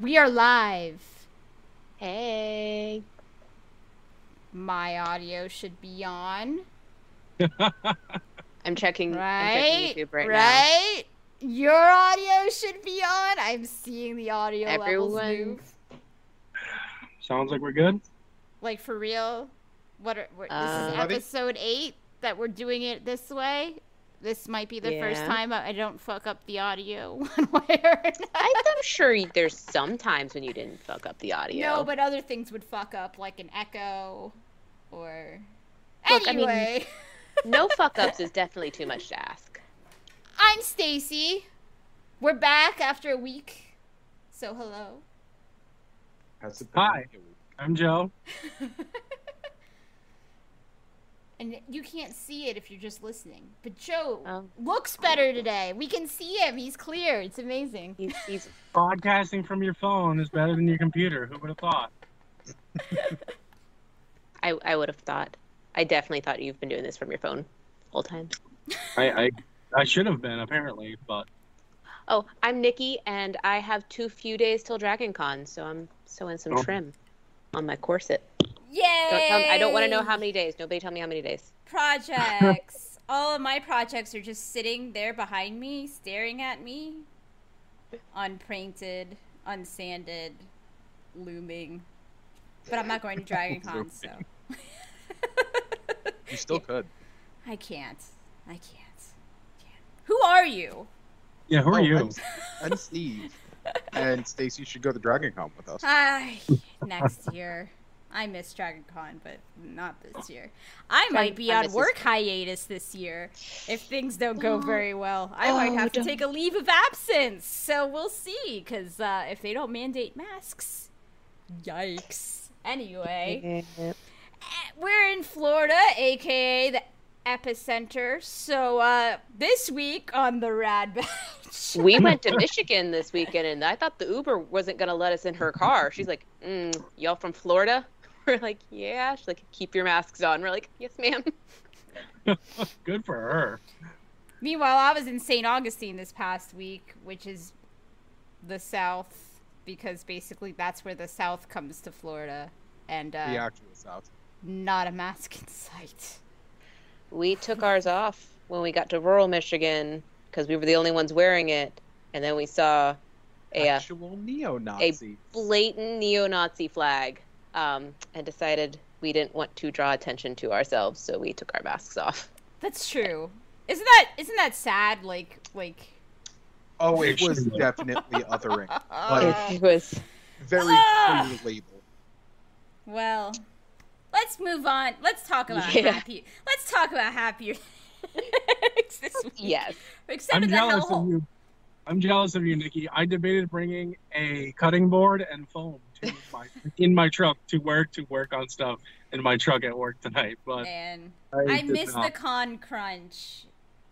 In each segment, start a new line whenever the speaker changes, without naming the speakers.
We are live.
Hey.
My audio should be on.
I'm checking, I'm
Right?
checking YouTube right, now.
right? Your audio should be on. I'm seeing the audio levels
Everyone-
move.
Sounds like we're good.
Like for real. What are what,
Uh,
this is
Bobby?
episode 8 that we're doing it this way. This might be the first
Yeah.
time I I don't fuck up the audio one way or another.
I, I'm sure there's some times when you didn't fuck up the audio.
No, but other things would fuck up like an echo or
Look, I mean-
Anyway, I
no fuck ups is definitely too much to ask.
I'm Stacy. We're back after a week. So hello.
How's it
Hi. I'm Joe.
And you can't see it if you're just listening. But Joe
Um,
looks better today. We can see him. He's clear. It's amazing.
he's, he's
Broadcasting from your phone is better than your computer. Who would have thought?
I, I would have thought. I definitely thought you've been doing this from your phone all time.
I I, I should have been apparently, but
Oh, I'm Nikki, and I have too few days till Dragon Con, so I'm sewing some
Oh.
trim on my corset.
Yay!
Don't tell me, I don't want to know how many days. Nobody tell me how many days.
projects. All of my projects are just sitting there behind me, staring at me. Unpainted, unsanded, looming. But I'm not going to Dragon Con, so
You still could.
I can't. I can't. can't. Who are you?
yeah, who are
Oh,
you?
I'm, I'm Steve. and Stacy should go to Dragon Con with us.
Hi. Next year. I miss Dragon Con, but not this year. I might be
I
on
miss
work hiatus this year if things don't go
Oh.
very well. I
Oh,
might have to
don't.
take a leave of absence. So we'll see, because uh, if they don't mandate masks, yikes. Anyway, eh, we're in Florida, aka the epicenter. So uh, this week on the Rad Batch.
We went to Michigan this weekend, and I thought the Uber wasn't going to let us in her car. She's like, mm, Y'all from Florida? We're like, Yeah. She's like, Keep your masks on. We're like, Yes, ma'am.
Good for her.
Meanwhile, I was in St. Augustine this past week, which is the South, because basically that's where the South comes to Florida, and uh,
the actual South.
not a mask in sight.
We took ours off when we got to rural Michigan because we were the only ones wearing it. And then we saw a uh,
Actual neo Nazi.
blatant neo Nazi flag um, and decided we didn't want to draw attention to ourselves, so we took our masks off.
That's true. Isn't that isn't that sad? Like like.
Oh, it was
Actually.
definitely othering.
Uh,
it was.
Very
Ah!
clear label.
well, let's move on. Let's talk about
Yeah.
happy. Let's talk about happier things this week.
Yes.
Except
I'm
in the
jealous of
hellhole.
you. I'm jealous of you, Nikki. I debated bringing a cutting board and foam to my, in my truck to work to work on stuff in my truck at work tonight. But
Man,
I,
I
did
miss the
not.
con crunch.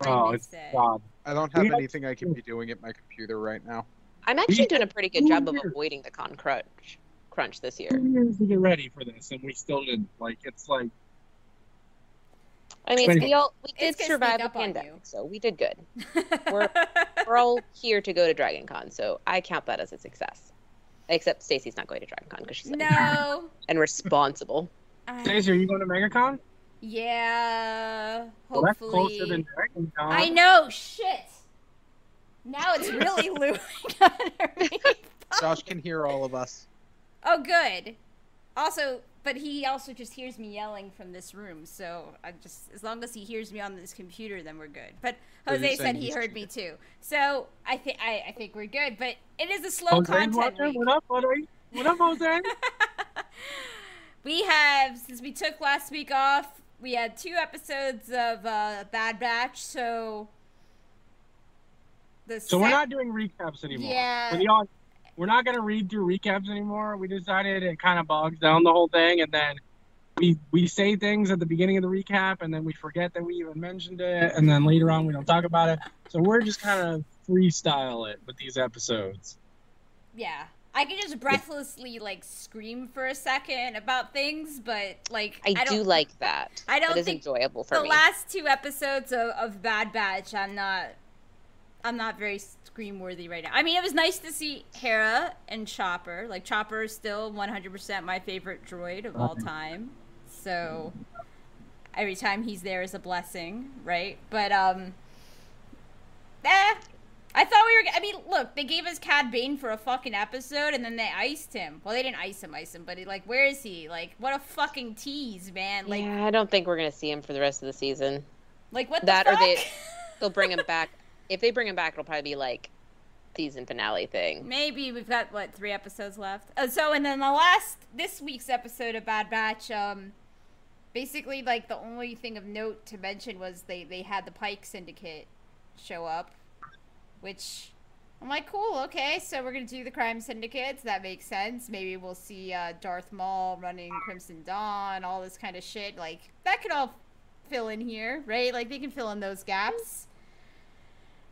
Oh,
I miss
it's
it.
God.
I don't have
We had-
anything I can be doing at my computer right now.
I'm actually doing a pretty good job of
Weird.
avoiding the con crunch, crunch this year.
Two years to get ready for this, and we still didn't. Like it's like
I mean,
Explain.
we all we
It's
did
gonna sneak
survive the
up on you.
pandemic, so we did good. We're all here to go to Dragon Con, so I count that as a success. Except Stacy's not going to Dragon Con because she's like,
no.
and responsible.
I-
Stacey, are you going to MegaCon?
Yeah,
Well, that's closer
hopefully.
than Dragon Con.
I know. Shit. Now it's really looming underneath.
Josh can hear all of us.
Oh, good. Also, but he also just hears me yelling from this room, so I just as long as he hears me on this computer, then we're good. But
So you're
Jose said
saying
he
he's
heard me too, so I think I I think we're good. But it is a slow
Jose
content
Walker,
week.
What up, buddy? What up, Jose?
we have since we took last week off we had two episodes of uh, bad batch so the
so we're
sec-
not doing recaps anymore.
Yeah.
For the aud- we're not going to read through recaps anymore. We decided it kind of bogs down the whole thing, and then we we say things at the beginning of the recap, and then we forget that we even mentioned it, and then later on we don't talk about it. So we're just kind of freestyle it with these episodes.
yeah i can just breathlessly like scream for a second about things but like
I, do
don't-
like that.
I don't
That is
think
enjoyable for
the
me.
last two episodes of, of bad batch i'm not I'm not very scream worthy right now. I mean, it was nice to see Hera and Chopper. Like Chopper is still 100% my favorite droid of
Uh-huh.
all time. So every time he's there is a blessing, right? But um eh, I thought we were I mean, look, they gave us Cad Bane for a fucking episode and then they iced him. Well, they didn't ice him, ice him, but it, like where is he? Like what a fucking tease, man. Like
yeah, I don't think we're gonna see him for the rest of the season.
like what the
That
fuck?
or they they'll bring him back. If they bring him back, it'll probably be like season finale thing.
Maybe we've got what three episodes left. Uh, so, and then the last this week's episode of Bad Batch, um, basically like the only thing of note to mention was they they had the Pike Syndicate show up, which I'm like, cool, okay, so we're gonna do the Crime Syndicates. That makes sense. Maybe we'll see uh, Darth Maul running Crimson Dawn, all this kind of shit. Like that could all fill in here, right? Like they can fill in those gaps.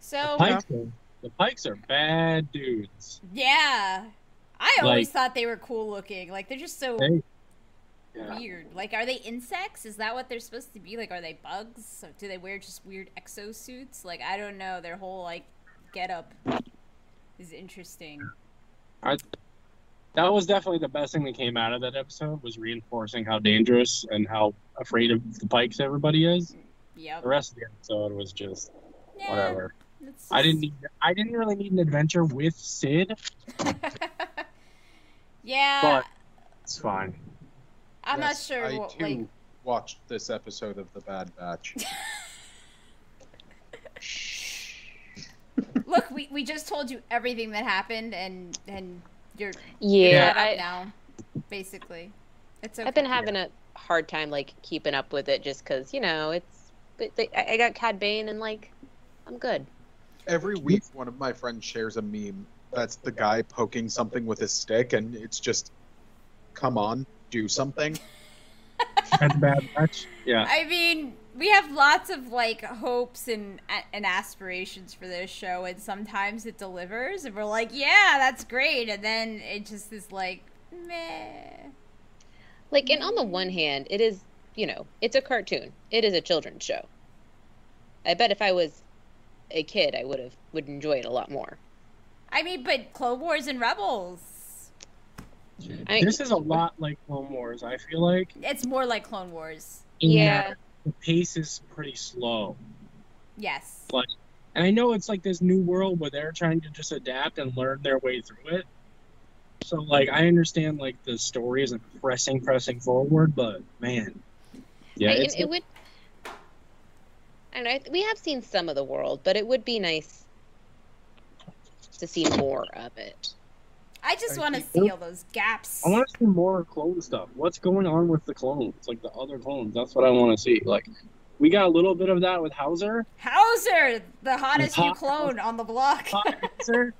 So
Pikes are, the Pikes are bad dudes.
yeah. I always thought they were cool looking. Like they're just so
They- Yeah.
weird. Like are they insects? Is that what they're supposed to be? Like are they bugs? So do they wear just weird exosuits? Like I don't know. Their whole like getup is interesting.
I, that was definitely the best thing that came out of that episode was reinforcing how dangerous and how afraid of the pikes everybody is.
Yep.
The rest of the episode was just
Yeah,
whatever.
it's
I didn't
just-
need I didn't really need an adventure with Sid, e-
yeah.
but it's fine.
I'm
Yes,
not sure
I
what
too
like
watched this episode of The Bad Batch.
Look, we, we just told you everything that happened and and you're
Yeah,
caught up
I,
now basically. It's okay.
I've been having a hard time like keeping up with it just because you know it's. But they, I I got Cad Bane and like, I'm good.
Every week, one of my friends shares a meme that's the guy poking something with his stick, and it's just, come on, do something.
That's a bad match. Yeah.
I mean, we have lots of like hopes and and aspirations for this show, and sometimes it delivers, and we're like, yeah, that's great, and then it just is like, meh.
Like, and on the one hand, it is, you know, it's a cartoon. It is a children's show. I bet if I was a kid, I would have would enjoy it a lot more.
I mean, but Clone Wars and Rebels,
I mean,
This is a lot like Clone Wars, I feel like.
it's more like Clone Wars.
in that
yeah,
The pace is pretty slow.
Yes.
And I know it's like this new world where they're trying to just adapt and learn their way through it. So like I understand like the story isn't pressing pressing forward, but man, yeah,
I,
it's
it would. I don't know. I th- We have seen some of the world, but it would be nice to see more of it.
I just
I
want to
keep-
see all those gaps.
I want to see more clone stuff. What's going on with the clones? Like the other clones. That's what I want to see. Like we got a little bit of that with Hauser.
Hauser, the hottest new
Hot-
clone on the block.
Hauser.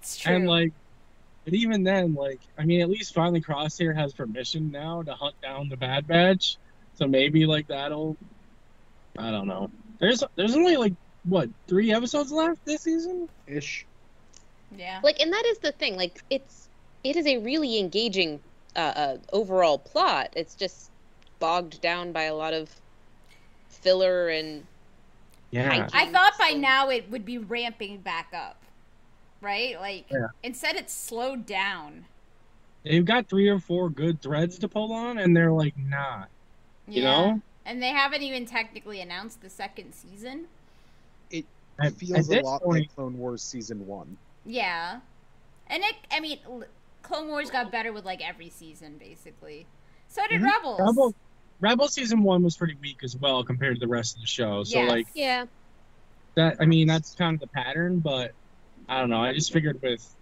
It's true.
and like but even then, like I mean at least finally Crosshair has permission now to hunt down the Bad Batch. So maybe like that'll I don't know. There's there's only like what, three episodes left this season?
Ish.
yeah.
Like, and that is the thing. Like, it's it is a really engaging uh, uh, overall plot. It's just bogged down by a lot of filler and
Yeah.
I
Um,
thought by
so-
now it would be ramping back up, right? Like
Yeah.
instead, it's slowed down.
They've got three or four good threads to pull on and they're like, nah. You know?
and they haven't even technically announced the second season.
At-
It feels
at
a
this
lot
point-
like Clone Wars Season 1.
Yeah, and it. I mean, l- Clone Wars got better with like every season, basically. So did
Mhm.
Rebels.
Rebel, Rebel season one was pretty weak as well compared to the rest of the show. So
Yes.
like
yeah.
that, I mean that's kind of the pattern. But I don't know. I just figured with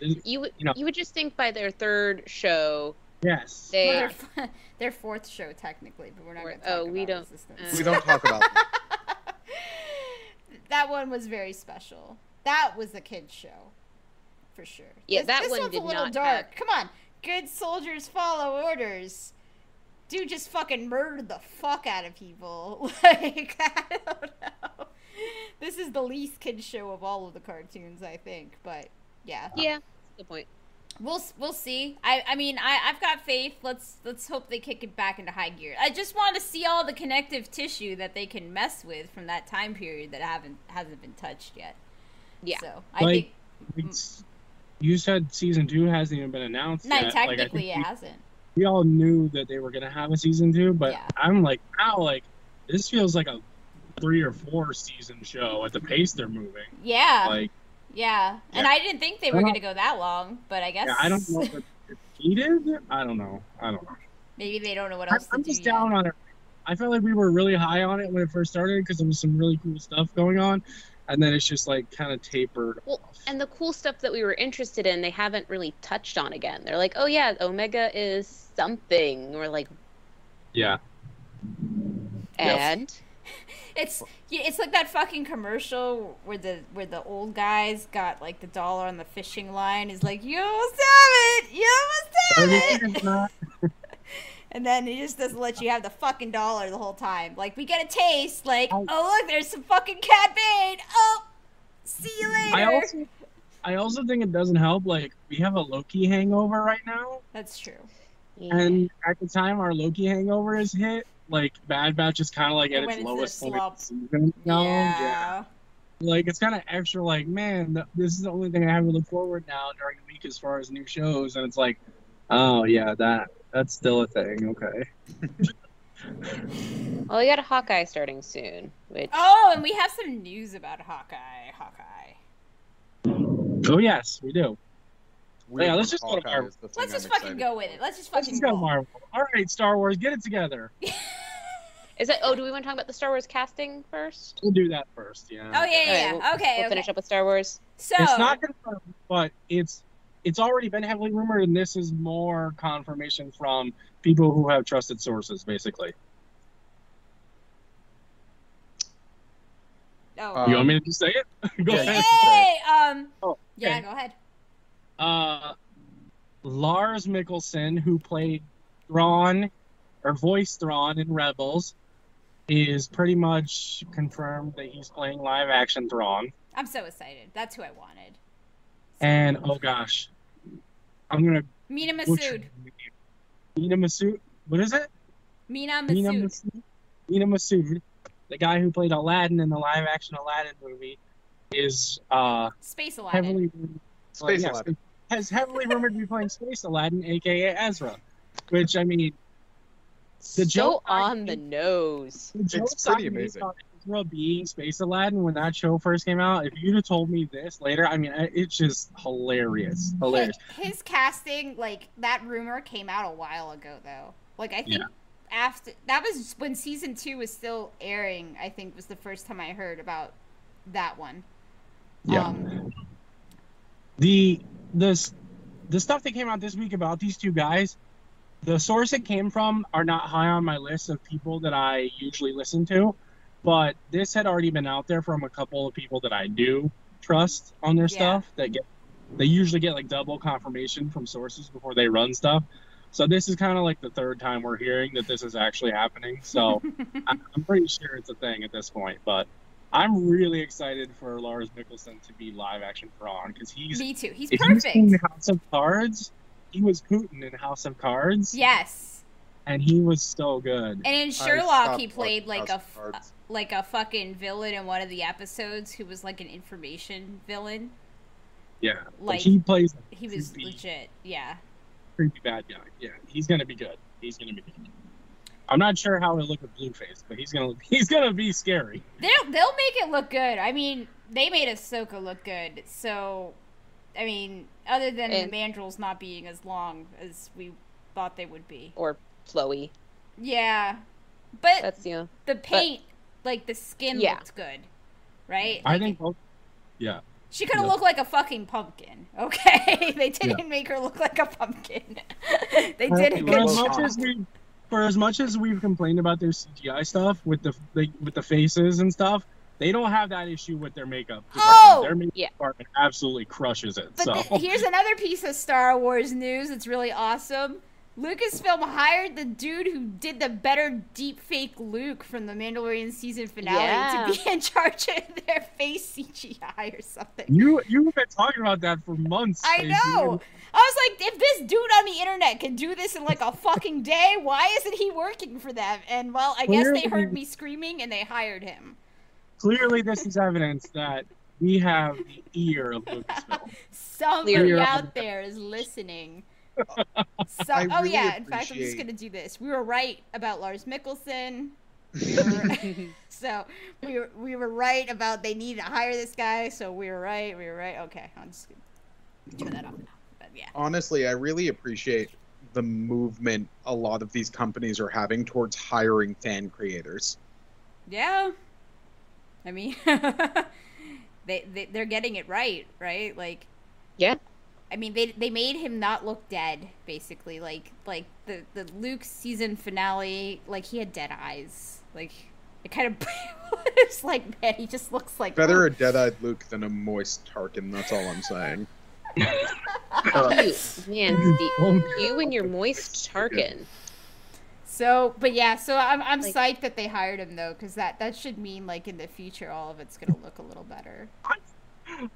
You would
You know-
you would just think by their third show
yes,
Well,
they
their, f- their fourth show technically, but we're not.
Or-
Gonna talk
oh, we
about
don't-
Resistance.
We don't uh, talk about that.
that one was very special. That was a kid's show, for sure.
Yeah,
This-
that
this
one
one's
did
a little
not
dark.
have-
Come on, good soldiers follow orders. Dude just fucking murdered the fuck out of people. Like I don't know. This is the least kid show of all of the cartoons, I think. But yeah,
yeah. That's the point.
We'll s- we'll see. I I mean I I've got faith. Let's let's hope they kick it back into high gear. I just want to see all the connective tissue that they can mess with from that time period that haven't hasn't been touched yet.
Yeah.
So I
Like,
think
It's, you said season two hasn't even been announced.
not
yet. Like, I think
technically
we-
it hasn't.
we all knew that they were gonna have a season two, but
Yeah.
I'm like, wow, like this feels like a three or four season show at the pace they're moving.
Yeah.
Like,
yeah. And I didn't think they
I
were
don't-
going to go that long, but I guess
yeah, I don't know if it's needed. I don't know. I don't know.
maybe they don't know what
I,
else
I'm
to do.
just
yet.
down on it. I felt like we were really high on it when it first started because there was some really cool stuff going on, and then it's just like kind of tapered
Well,
off.
and the cool stuff that we were interested in, they haven't really touched on again. They're like, oh yeah, Omega is something. We're like,
yeah,
and
It's yeah, it's like that fucking commercial where the where the old guys got like the dollar on the fishing line. Is like you almost have it, you almost have it,
Everything is not-
and then he just doesn't let you have the fucking dollar the whole time. Like we get a taste. Like
I-
oh look, there's some fucking cat bait. Oh, see you later.
I also, I also think it doesn't help. Like we have a Loki hangover right now,
That's true.
yeah.
And at the time our Loki hangover is hit, like Bad Batch is kind of like
It
at
went
its
into the
lowest point
slump.
of the season. now.
yeah.
Like it's kind of extra. Like man, th- this is the only thing I have to look forward now during the week as far as new shows, and it's like, oh yeah, that that's still a thing. Okay.
well, we got a Hawkeye starting soon, which
Oh, and we have some news about Hawkeye. Hawkeye.
Oh yes, we do. Yeah, let's just go to
Hawkeye
Marvel.
is the thing
Let's just
I'm
fucking
excited
go with it. Let's just
Let's
fucking
just go
roll.
Marvel. All right, Star Wars, get it together.
is it. Oh, do we want to talk about the Star Wars casting first?
We'll do that first. Yeah.
Oh yeah, yeah.
All right,
yeah. okay,
We'll
okay.
finish up with Star Wars.
So
It's not confirmed, but it's it's already been heavily rumored, and this is more confirmation from people who have trusted sources, basically.
oh.
Uh,
you want me to just say it? Go
Yeah,
ahead.
Yay! Um,
Oh, okay.
yeah, go ahead.
Uh, Lars Mikkelsen, who played Thrawn or voiced Thrawn in Rebels, is pretty much confirmed that he's playing live action Thrawn.
I'm so excited. That's who I wanted.
And oh gosh, I'm gonna
Mina
butcher
Masood.
the name. Mina Masood. What is it?
Mina
Nina
Masood.
Masood. Nina Masood, the guy who played Aladdin in the live action Aladdin movie, is uh,
Space Aladdin.
heavily
for. Space
yes,
Aladdin.
has heavily rumored to be playing Space Aladdin, aka Ezra. Which I mean, The
So
joke-
on the nose.
the joke's
It's pretty
on me
amazing.
about Ezra being Space Aladdin when that show first came out. If you'd have told me this later, I mean, I- it's just hilarious, hilarious.
His, his casting, like that rumor came out a while ago, though. Like I think after that was when season two was still airing. I think was the first time I heard about that one.
Yeah.
Um,
the this the stuff that came out this week about these two guys the source it came from are not high on my list of people that i usually listen to but this had already been out there from a couple of people that i do trust on their
Yeah.
stuff that get they usually get like double confirmation from sources before they run stuff so this is kind of like the third time we're hearing that this is actually happening so I- i'm pretty sure it's a thing at this point but i'm really excited for lars Mikkelsen to be live action Thrawn because he's
me too. He's
if you've seen
perfect.
House of Cards, he was Putin in House of Cards,
Yes.
and he was so good.
And in
I
Sherlock,
stopped
he played
watching
like a
House
f-
of Cards.
like a fucking villain in one of the episodes who was like an information villain.
Yeah, like,
Like
he plays a
he was
creepy.
legit. Yeah.
creepy bad guy. Yeah, he's gonna be good. He's gonna be good. I'm not sure how he'll look with Blueface, but he's gonna he's gonna be scary.
They'll they'll make it look good. I mean, they made Ahsoka look good. So, I mean, other than
And-
the mandrels not being as long as we thought they would be,
Or flowy.
yeah. But
That's you. Know,
the paint, like the skin,
Yeah.
looked good, right?
I
Like,
think both
she could have
yeah.
looked like a fucking pumpkin. Okay, they didn't make her look like a pumpkin. they did a
it
for
good
as
was
job.
much as we for as much as we've complained about their CGI stuff with the like, with the faces and stuff, they don't have that issue with their makeup. department.
Oh!
their makeup
Yeah.
department absolutely crushes it.
But
so
th- here's another piece of Star Wars news that's really awesome. Lucasfilm hired the dude who did the better deepfake Luke from the Mandalorian season finale
Yeah.
to be in charge of their face CGI or something.
You you've been talking about that for months.
I
Stacey.
know. I was like, if this dude on the internet can do this in like a fucking day, why isn't he working for them? And well, I guess they heard
Clearly.
me screaming and they hired him.
Clearly, this is evidence that we have the ear of Lucasfilm.
Somebody
Clear.
out there is listening. So,
I
oh
really
yeah, in fact, I'm just
appreciate-
gonna do this. We were right about Lars Mickelson. We were- so we were, we were right about they needed to hire this guy. So we were right. We were right. Okay, I'm just gonna turn that off. now. But yeah,
honestly, I really appreciate the movement a lot of these companies are having towards hiring fan creators.
yeah. I mean, they, they they're getting it right, right? Like,
Yeah.
Uh,
I mean, they they made him not look dead, basically. Like like the the Luke season finale, like he had dead eyes. Like it kind of it's like man, he just looks like oh.
Better a dead-eyed Luke than a moist Tarkin. That's all I'm saying.
Oh,
You, man, Steve, you and your moist Tarkin.
So, but yeah, so I'm I'm
Like-
psyched that they hired him though, because that that should mean like in the future all of it's gonna look a little better.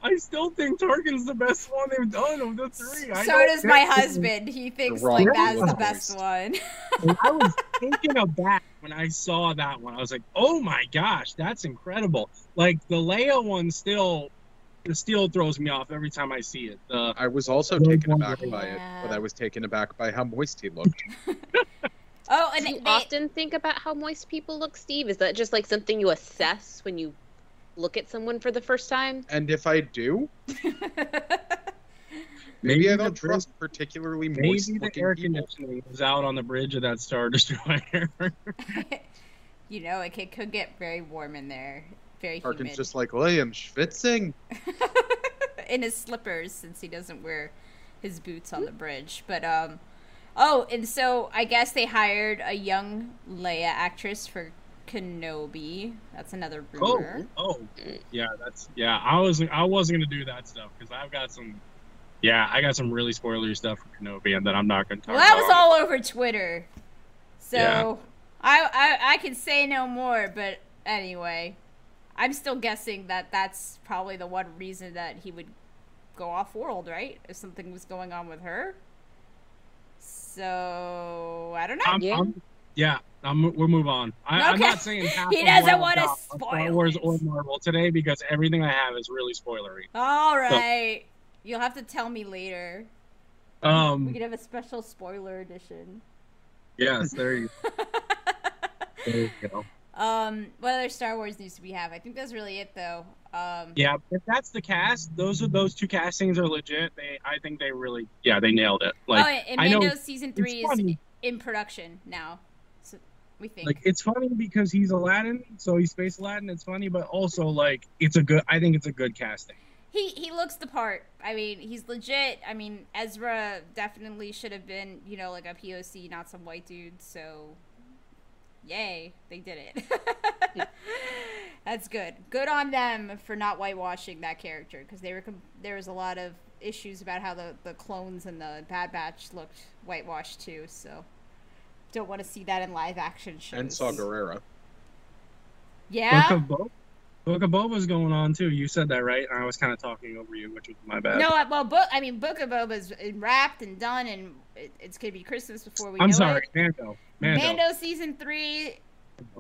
I still think Tarkin's the best one they've done of the three. I
so
don't
does my
care.
husband. He thinks
wrong
like that's the
choice.
best one.
And I was taken aback when I saw that one. I was like, "Oh my gosh, that's incredible!" Like the Leia one, still, the steel throws me off every time I see it. The
I was also
Rogue
taken
One
aback by it,
Yeah.
but I was taken aback by how moist he looked.
Oh, and
Do
they,
you often think about how moist people look, Steve? Is that just like something you assess when you look at someone for the first time?
and if I do, maybe,
Maybe
I don't
the-
trust particularly
maybe
moist
the
looking
air
people.
conditioning was out on the bridge of that Star Destroyer.
you know, it could, could get very warm in there, very humid.
Tarkin's just like, Liam schwitzing.
in his slippers since he doesn't wear his boots on the bridge. But um oh, and so I guess they hired a young Leia actress for Kenobi. That's another
oh,
rumor.
oh, yeah, that's yeah. I was I wasn't gonna do that stuff because I've got some. Yeah, I got some really spoilery stuff for Kenobi, and that I'm not gonna talk
Well, that
about.
was all over Twitter. So
Yeah.
I, I I can say no more, but anyway, I'm still guessing that that's probably the one reason that he would go off world, right? If something was going on with her. So I don't know.
I'm,
Yeah.
yeah. I'm, yeah, I'm, we'll move on. I, I'm
Okay.
not saying half
He
of
doesn't
what I've
wanna
got on Star
spoil
Wars
it.
or Marvel today because everything I have is really spoilery.
All right. You'll have to tell me later. We
Um,
could have a special spoiler edition.
yes, there you, there you go.
um, what other Star Wars news do we have? I think that's really it, though. Um,
Yeah, if that's the cast, those are those two castings are legit. They, I think they really, yeah, they nailed it. Like,
oh, and
I know
Mando season three
it's
is
funny.
in production now. So we think.
Like it's funny because he's Aladdin, so he's space Aladdin. It's funny, but also like it's a good. I think it's a good casting.
he he looks the part. I mean, he's legit. I mean, Ezra definitely should have been, you know, like a POC, not some white dude. So, yay, they did it. That's good. Good on them for not whitewashing that character because they were com- there was a lot of issues about how the the clones and the Bad Batch looked whitewashed too. So, don't want to see that in live action shows.
And Saw Gerrera.
Yeah.
Book of Boba, Book of Boba's going on too. You said that right, and I was kind of talking over you, which was my bad.
No, I- well, book. I mean, Book of Boba's wrapped and done, and it, it's gonna be Christmas before we.
I'm
know
sorry,
It.
Mando. Mando.
Mando. season three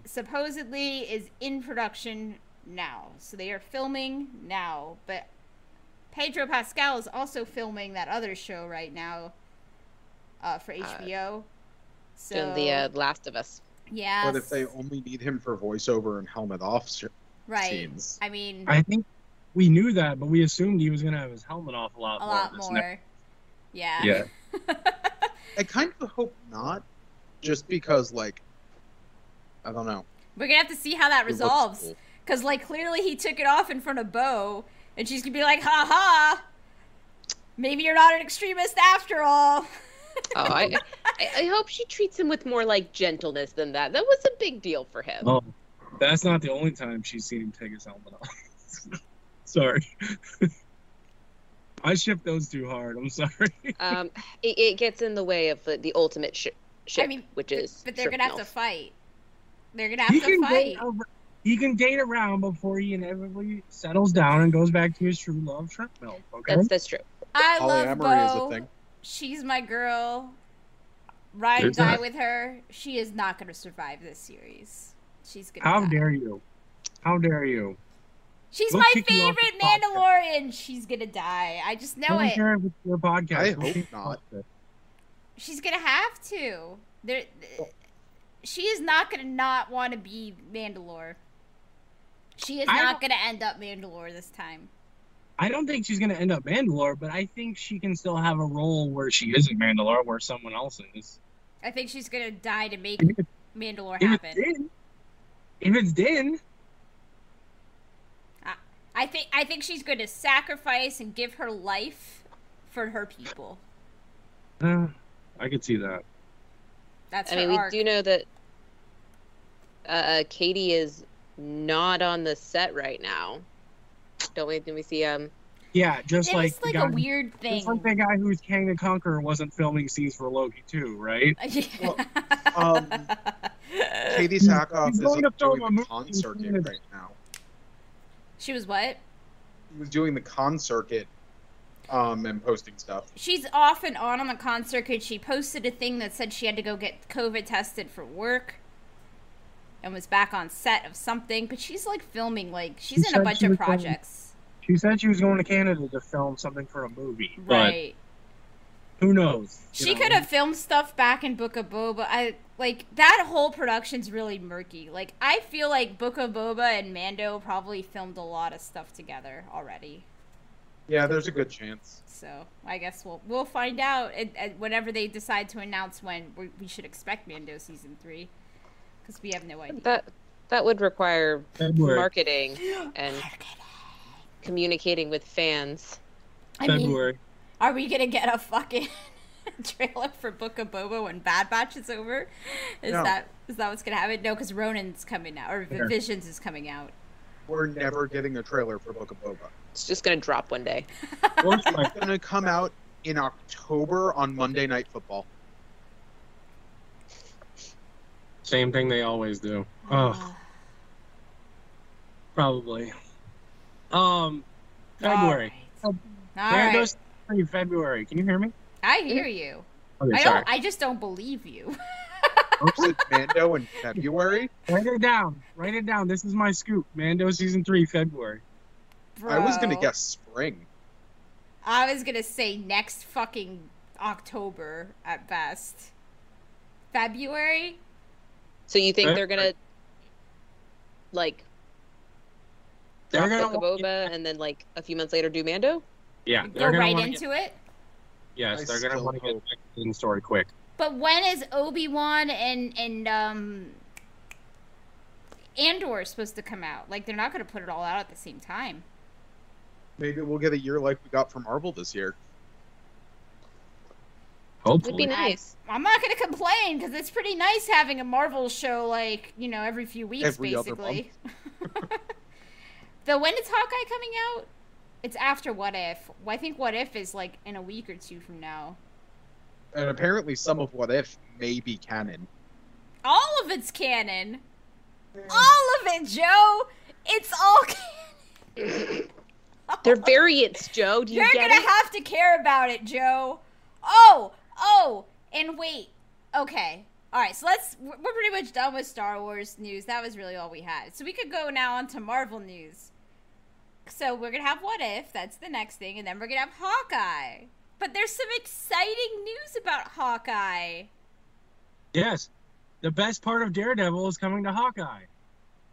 supposedly is in production now, so they are filming now. But Pedro Pascal is also filming that other show right now, uh, for HBO. so
And the uh, Last of Us.
yeah,
But if they only need him for voiceover and helmet off sh-
right.
scenes,
I mean,
I think we knew that, but we assumed he was gonna have his helmet off a lot
a
more.
lot
this
more.
next-
Yeah.
Yeah.
I kind of hope not, just because like, I don't know.
We're gonna have to see how that
It looks
resolves.
cool.
Because, like, clearly he took it off in front of Bo, and she's gonna be like, ha ha, maybe you're not an extremist after all.
Oh, I, I, I hope she treats him with more like gentleness than that. That was a big deal for him.
Oh, that's not the only time she's seen him take his helmet off. sorry. I ship those too hard. I'm sorry.
Um, it, it gets in the way of the, the ultimate shi ship, which is.
but they're
Shrimpnel.
gonna have to fight. They're gonna have to fight.
date ar- he can date around before he inevitably settles down and goes back to his true love, shrimp milk. Okay.
That's that's true.
I love
Polyamory is a
Bo.
thing.
She's my girl. Ride and
There's
die
that.
with her. She is not gonna survive this series. She's gonna.
How
die.
dare you? How dare you?
She's
We'll
my
kick you off
favorite
the podcast.
Mandalorian. She's gonna die. I just know
Don't
it.
share it with your podcast.
I
We'll
hope
keep
not.
it.
She's gonna have to. There, she is not gonna not want to be Mandalore. She is
I
not gonna end up Mandalore this time.
I don't think she's going to end up Mandalore, but I think she can still have a role where she isn't Mandalore, where someone else is.
I think she's gonna die to make
If it's,
Mandalore
if it's
happen.
Din, if it's Din,
I think I think she's gonna sacrifice and give her life for her people.
uh, I could see that.
That's
I
her
mean, we
arc.
do know that uh, uh, Katie is not on the set right now. Don't we? Didn't we see? Um,
Yeah, just
It
like
was
the
like
guy-
a weird thing.
Just like the guy who's King the Conqueror wasn't filming scenes for Loki too, right?
Well, um, Katie
He's-
Sackhoff
he's
is
going to film a
doing the
movie
con
in
circuit
Phoenix.
right now.
she was what?
He was doing the con circuit um, and posting stuff.
She's off and on on the concert because she posted a thing that said she had to go get COVID tested for work and was back on set of something. But she's like filming, like, she's
She
in a
said
bunch
she
of
was filming-
projects.
She said she was going to Canada to film something for a movie,
Right.
but who knows? you
She
know?
could have filmed stuff back in Book of Boba. I like that whole production's really murky. Like I feel like Book of Boba and Mando probably filmed a lot of stuff together already.
Yeah, there's a good chance.
So I guess we'll we'll find out and, and whenever they decide to announce when we, we should expect Mando season three, because we have no idea.
that that would require
February.
marketing and communicating with fans.
I mean,
February.
are we gonna get a fucking trailer for Book of Boba when Bad Batch is over? Is
No.
that is that what's gonna happen? No, because Ronan's coming out or
Yeah.
Visions is coming out.
We're never getting a trailer for Book of Boba.
It's just gonna drop one day.
Or it's like,
It's going to come out in October on Monday Night Football.
same thing they always do. Oh, probably. Um, February.
All right. All right.
Brando's free February. Can you hear me?
I hear you.
Okay,
I
sorry.
don't. I just don't believe you.
Is it Mando in February?
Write it down. Write it down. This is my scoop. Mando season three, February.
I was going to
Bro.
guess spring.
I was gonna say next fucking October at best. February?
So you think
Right.
they're gonna like
They're
drop
gonna
Book of
want-
Boba and then like a few months later do Mando?
Yeah,
Go
they're gonna
right
wanna
into it.
Get, yes,
I
they're gonna
still
want to get
hope.
back to the story quick.
But when is Obi Wan and and um Andor supposed to come out? Like they're not gonna put it all out at the same time.
Maybe we'll get a year like we got from Marvel this year.
Would be
Hopefully.
nice.
I'm not gonna complain because it's pretty nice having a Marvel show like you know every few weeks
Every other
basically. Though when is Hawkeye coming out? It's after What If. I think What If is like in a week or two from now.
And apparently, some of What If may be canon.
All of it's canon.
Mm.
All of it, Joe. It's all canon.
They're variants, Joe. Do you
You're
get
gonna
it?
have to care about it, Joe. Oh, oh, and wait. Okay. All right. So let's. We're we're pretty much done with Star Wars news. That was really all we had. So we could go now on to Marvel news. So we're gonna have What If. That's the next thing, and then we're gonna have Hawkeye. But there's some exciting news about Hawkeye.
Yes, the best part of Daredevil is coming to Hawkeye,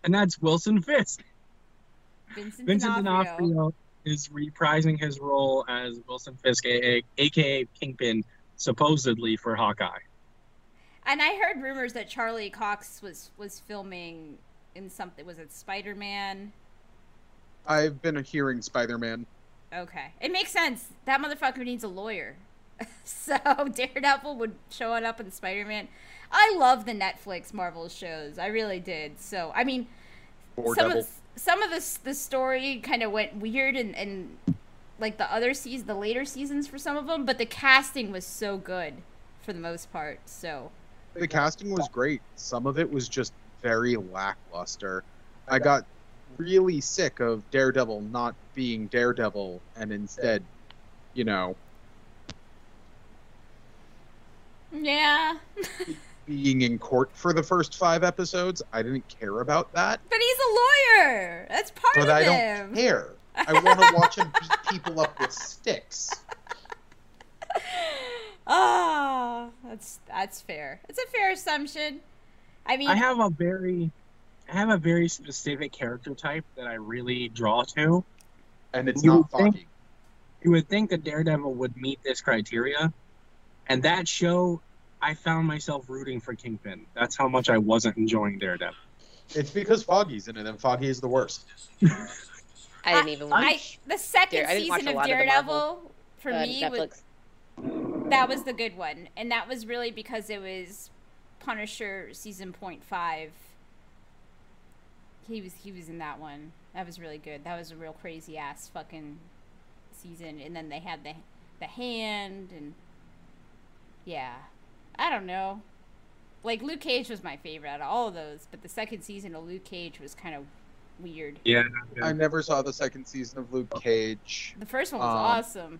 and that's Wilson Fisk.
Vincent,
Vincent
D'Onofrio.
D'Onofrio is reprising his role as Wilson Fisk, aka, aka Kingpin, supposedly for Hawkeye.
And I heard rumors that Charlie Cox was was filming in something. Was it Spider Man?
I've been hearing Spider Man.
Okay, it makes sense. That motherfucker needs a lawyer. so Daredevil would show it up in Spider Man. I love the Netflix Marvel shows. I really did. So I mean,
Or
some
Devil.
of some of the the story kind of went weird and and like the other seasons, the later seasons for some of them, but the casting was so good for the most part. So
The casting was great. Some of it was just very lackluster. I got really sick of Daredevil not being Daredevil and instead, you know,
yeah,
being in court for the first five episodes. I didn't care about that,
but he's a lawyer. That's part
but
of
I
him.
don't care. I want to watch him beat people up with sticks.
Ah, that's that's fair. It's a fair assumption. I mean,
I have a very, I have a very specific character type that I really draw to.
And it's
You
not
would think-
Foggy.
You would think that Daredevil would meet this criteria, and that show, I found myself rooting for Kingpin. That's how much I wasn't enjoying Daredevil.
It's because Foggy's in it, and Foggy is the worst.
I didn't even
I-
watch
the second
Dare- I didn't watch
season
a
of
lot of the
Daredevil for
uh,
me was
Netflix.
that was the good one and that was really because it was punisher season point five he was he was in that one that was really good that was a real crazy ass fucking season and then they had the the hand and yeah i don't know like luke cage was my favorite out of all of those but the second season of luke cage was kind of weird
Yeah,
I never saw the second season of Luke Cage.
the first one was awesome
Um,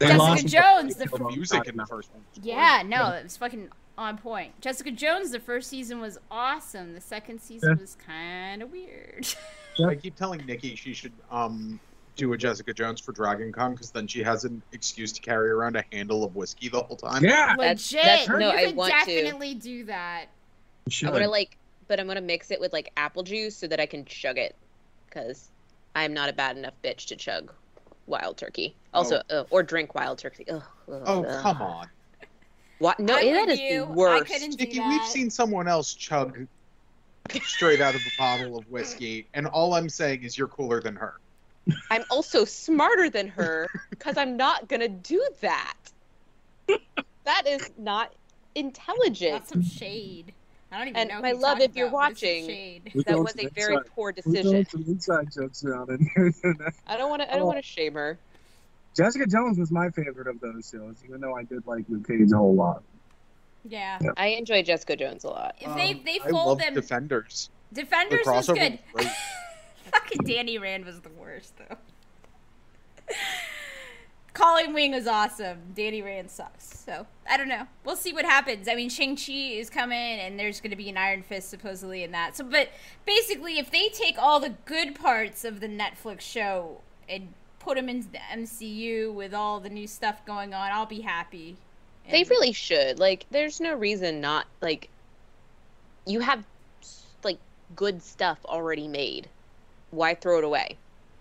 They
Jessica
lost-
Jones, the
Hold
The
on,
music
not
in the
enough.
first one. was
Yeah, no, it was fucking on point. Jessica Jones, the first season was awesome. The second season
Yeah.
was kind of weird.
great. I keep telling Nikki she should um do a Jessica Jones for Dragon Con because then she has an excuse to carry around a handle of whiskey the whole time.
Yeah,
That's-
Legit.
that's- no,
you
I
could
want to.
definitely do that.
you
I
should.
want to like, but I'm gonna mix it with like apple juice so that I can chug it, because I'm not a bad enough bitch to chug wild turkey. Also,
Oh.
uh, or drink wild turkey. Ugh, ugh,
Oh
ugh.
come on,
What? No,
I'm
that
with
is
you.
the
I
worst.
couldn't- Do
Nikki.
that.
We've seen someone else chug straight out of a bottle of whiskey, and all I'm saying is you're cooler than her.
I'm also smarter than her because I'm not gonna do that. that is not intelligent.
That's some shade. I don't even
And
know. who
my
you're
love,
talking
if you're
about, but it's some
watching-
shade.
We're
That
going
was
to
a
the
very
inside.
poor
We're going
decision.
to the inside jokes around in here.
I don't want to. I don't want to shame her.
Jessica Jones was my favorite of those shows, even though I did like Luke Cage a whole lot.
Yeah.
I enjoy Jessica Jones a lot.
If they
Um,
they
I
fold
love
them,
Defenders. The
Defenders was
crossover
good.
was great.
Fucking Danny Rand was the worst though. Colin Wing was awesome. Danny Rand sucks. So I don't know. We'll see what happens. I mean, Shang Chi is coming, and there's going to be an Iron Fist supposedly in that. So, but basically, if they take all the good parts of the Netflix show and put them into the MCU with all the new stuff going on, I'll be happy.
They
And-
really should. Like, there's no reason not. Like, you have like good stuff already made. Why throw it away?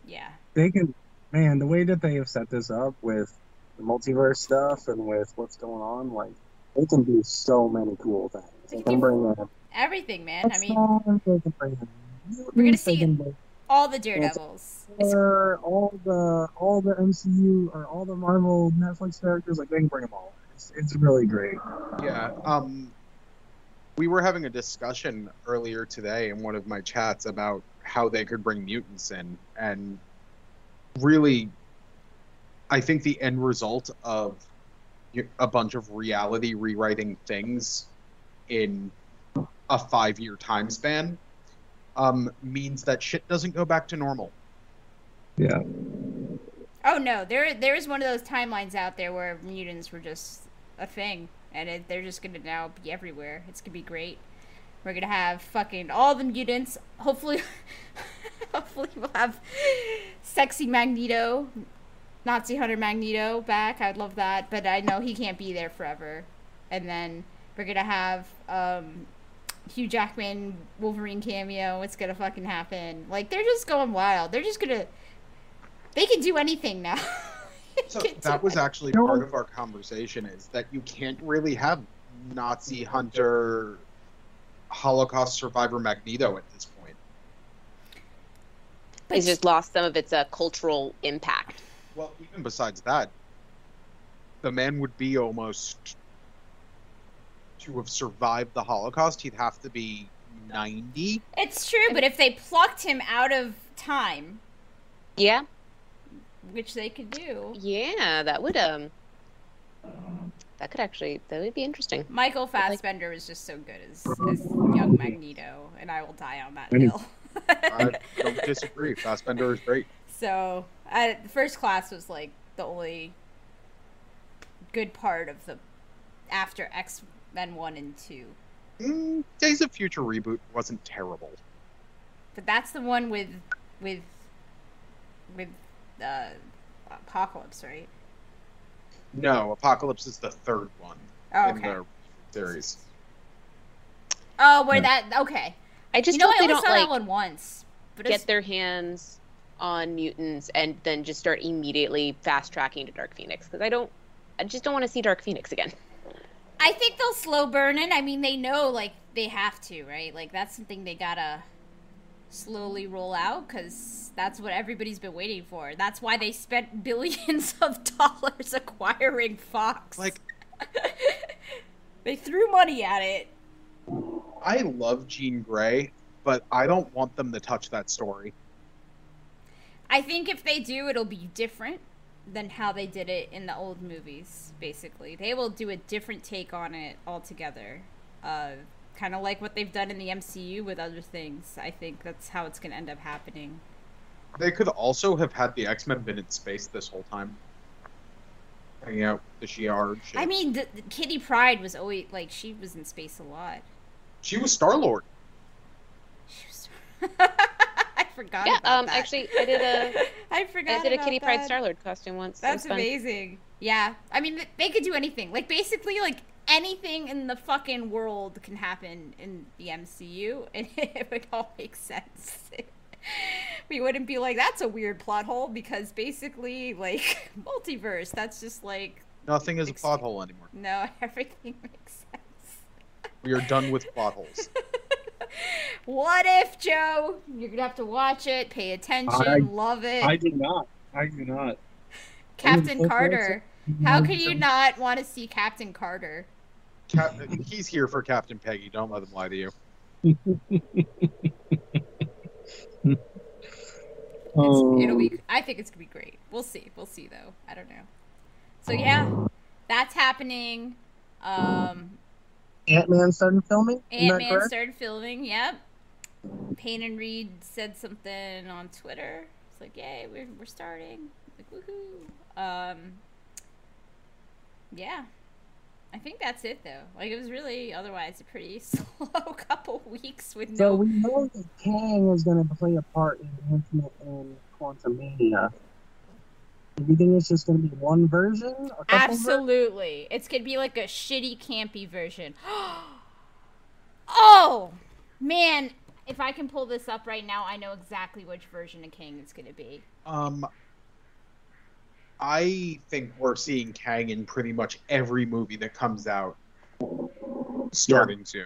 yeah.
They can, man, the way that they have set this up with the multiverse stuff and with what's going on, like, they can do so many cool things. They can bring in.
Everything, man. I mean,
X-Men, they can bring in
We're gonna
mutants,
see
they can bring
all the Daredevils. It's-
Thor, all the all the MCU or all the Marvel Netflix characters, like they can bring them all. It's, it's really great.
Yeah. Um, we were having a discussion earlier today in one of my chats about how they could bring mutants in, and really, I think the end result of y- a bunch of reality rewriting things in a five-year time span um, means that shit doesn't go back to normal.
Oh no, there there is one of those timelines out there where mutants were just a thing, and it, they're just gonna now be everywhere. It's gonna be great. We're gonna have fucking all the mutants. Hopefully, hopefully we'll have sexy Magneto, Nazi Hunter Magneto back. I'd love that, but I know he can't be there forever. And then we're gonna have um, Hugh Jackman Wolverine cameo. It's gonna fucking happen. Like they're just going wild. They're just gonna. They can do anything now.
So
They can do
that was actually
No.
part of our conversation is that you can't really have Nazi hunter Holocaust survivor Magneto at this point.
But
it's just lost some of its uh, cultural impact.
Well, even besides that, the man would be almost to have survived the Holocaust, he'd have to be 90.
It's true, but if they plucked him out of time,
Yeah,
which they could do.
Yeah, that would um that could actually that would be interesting.
Michael Fassbender was just so good as, as young Magneto, and I will die on that hill.
I don't disagree. Fassbender is great.
so, I, first class was like the only good part of the after X Men one and two,
Mm, Days of Future reboot wasn't terrible.
but that's the one with with with uh, Apocalypse, right?
No, Apocalypse is the third one
Oh,
in
okay.
the series.
Oh, where that? Okay.
I just
you know,
hope
I only
they don't
saw
like
that one once. But
get
it's,
their hands on mutants and then just start immediately fast tracking to Dark Phoenix because I don't I just don't want to see Dark Phoenix again.
I think they'll slow burn it. I mean, they know like they have to, right? Like that's something they gotta slowly roll out because that's what everybody's been waiting for. That's why they spent billions of dollars acquiring Fox.
Like-
they threw money at it.
I love Jean Grey, but I don't want them to touch that story.
I think if they do, it'll be different than how they did it in the old movies. Basically, they will do a different take on it altogether. Uh, kind of like what they've done in the MCU with other things. I think that's how it's going to end up happening.
They could also have had the X Men been in space this whole time, hanging out with the Shi'ar. and shit.
I mean, th- th- Kitty Pride was always like she was in space a lot.
she was Star Lord.
She was. I forgot.
Yeah,
about
um,
that.
actually, I did a-
I forgot.
I did a
about
Kitty Pride
that.
Star Lord costume once. It
That's
was fun.
amazing. Yeah. I mean, th- they could do anything. Like, basically, like, anything in the fucking world can happen in the MCU, and it would all make sense. we wouldn't be like, that's a weird plot hole, because basically, like, multiverse, that's just like,
Nothing is a
Ex-
plot hole anymore.
no, everything makes sense.
We are done with plot holes.
What if, Joe? You're gonna have to watch it, pay attention,
I-
love it.
I do not. I do not.
Captain
I'm-
Carter. How can you not want to see Captain Carter?
Cap- he's here for Captain Peggy. Don't let him lie to you.
It's, it'll
Um,
be. I think it's gonna be great. We'll see. We'll see though. I don't know. So yeah, that's happening. Um,
Ant Man started filming. Isn't that
Ant Man
correct?
started filming. Yep. Payne and Reed said something on Twitter. It's like, yay, we're we're starting. Like woohoo. Um. Yeah. I think that's it though. Like it was really otherwise a pretty slow couple weeks with
So
no
we know that Kang is going to play a part in Infinite and Quantumania. Do you think it's just going to be one version? A couple versions?
Absolutely. It's going to be like a shitty, campy version. oh, man. If I can pull this up right now, I know exactly which version of King it's going to be.
Um, I think we're seeing Kang in pretty much every movie that comes out starting soon.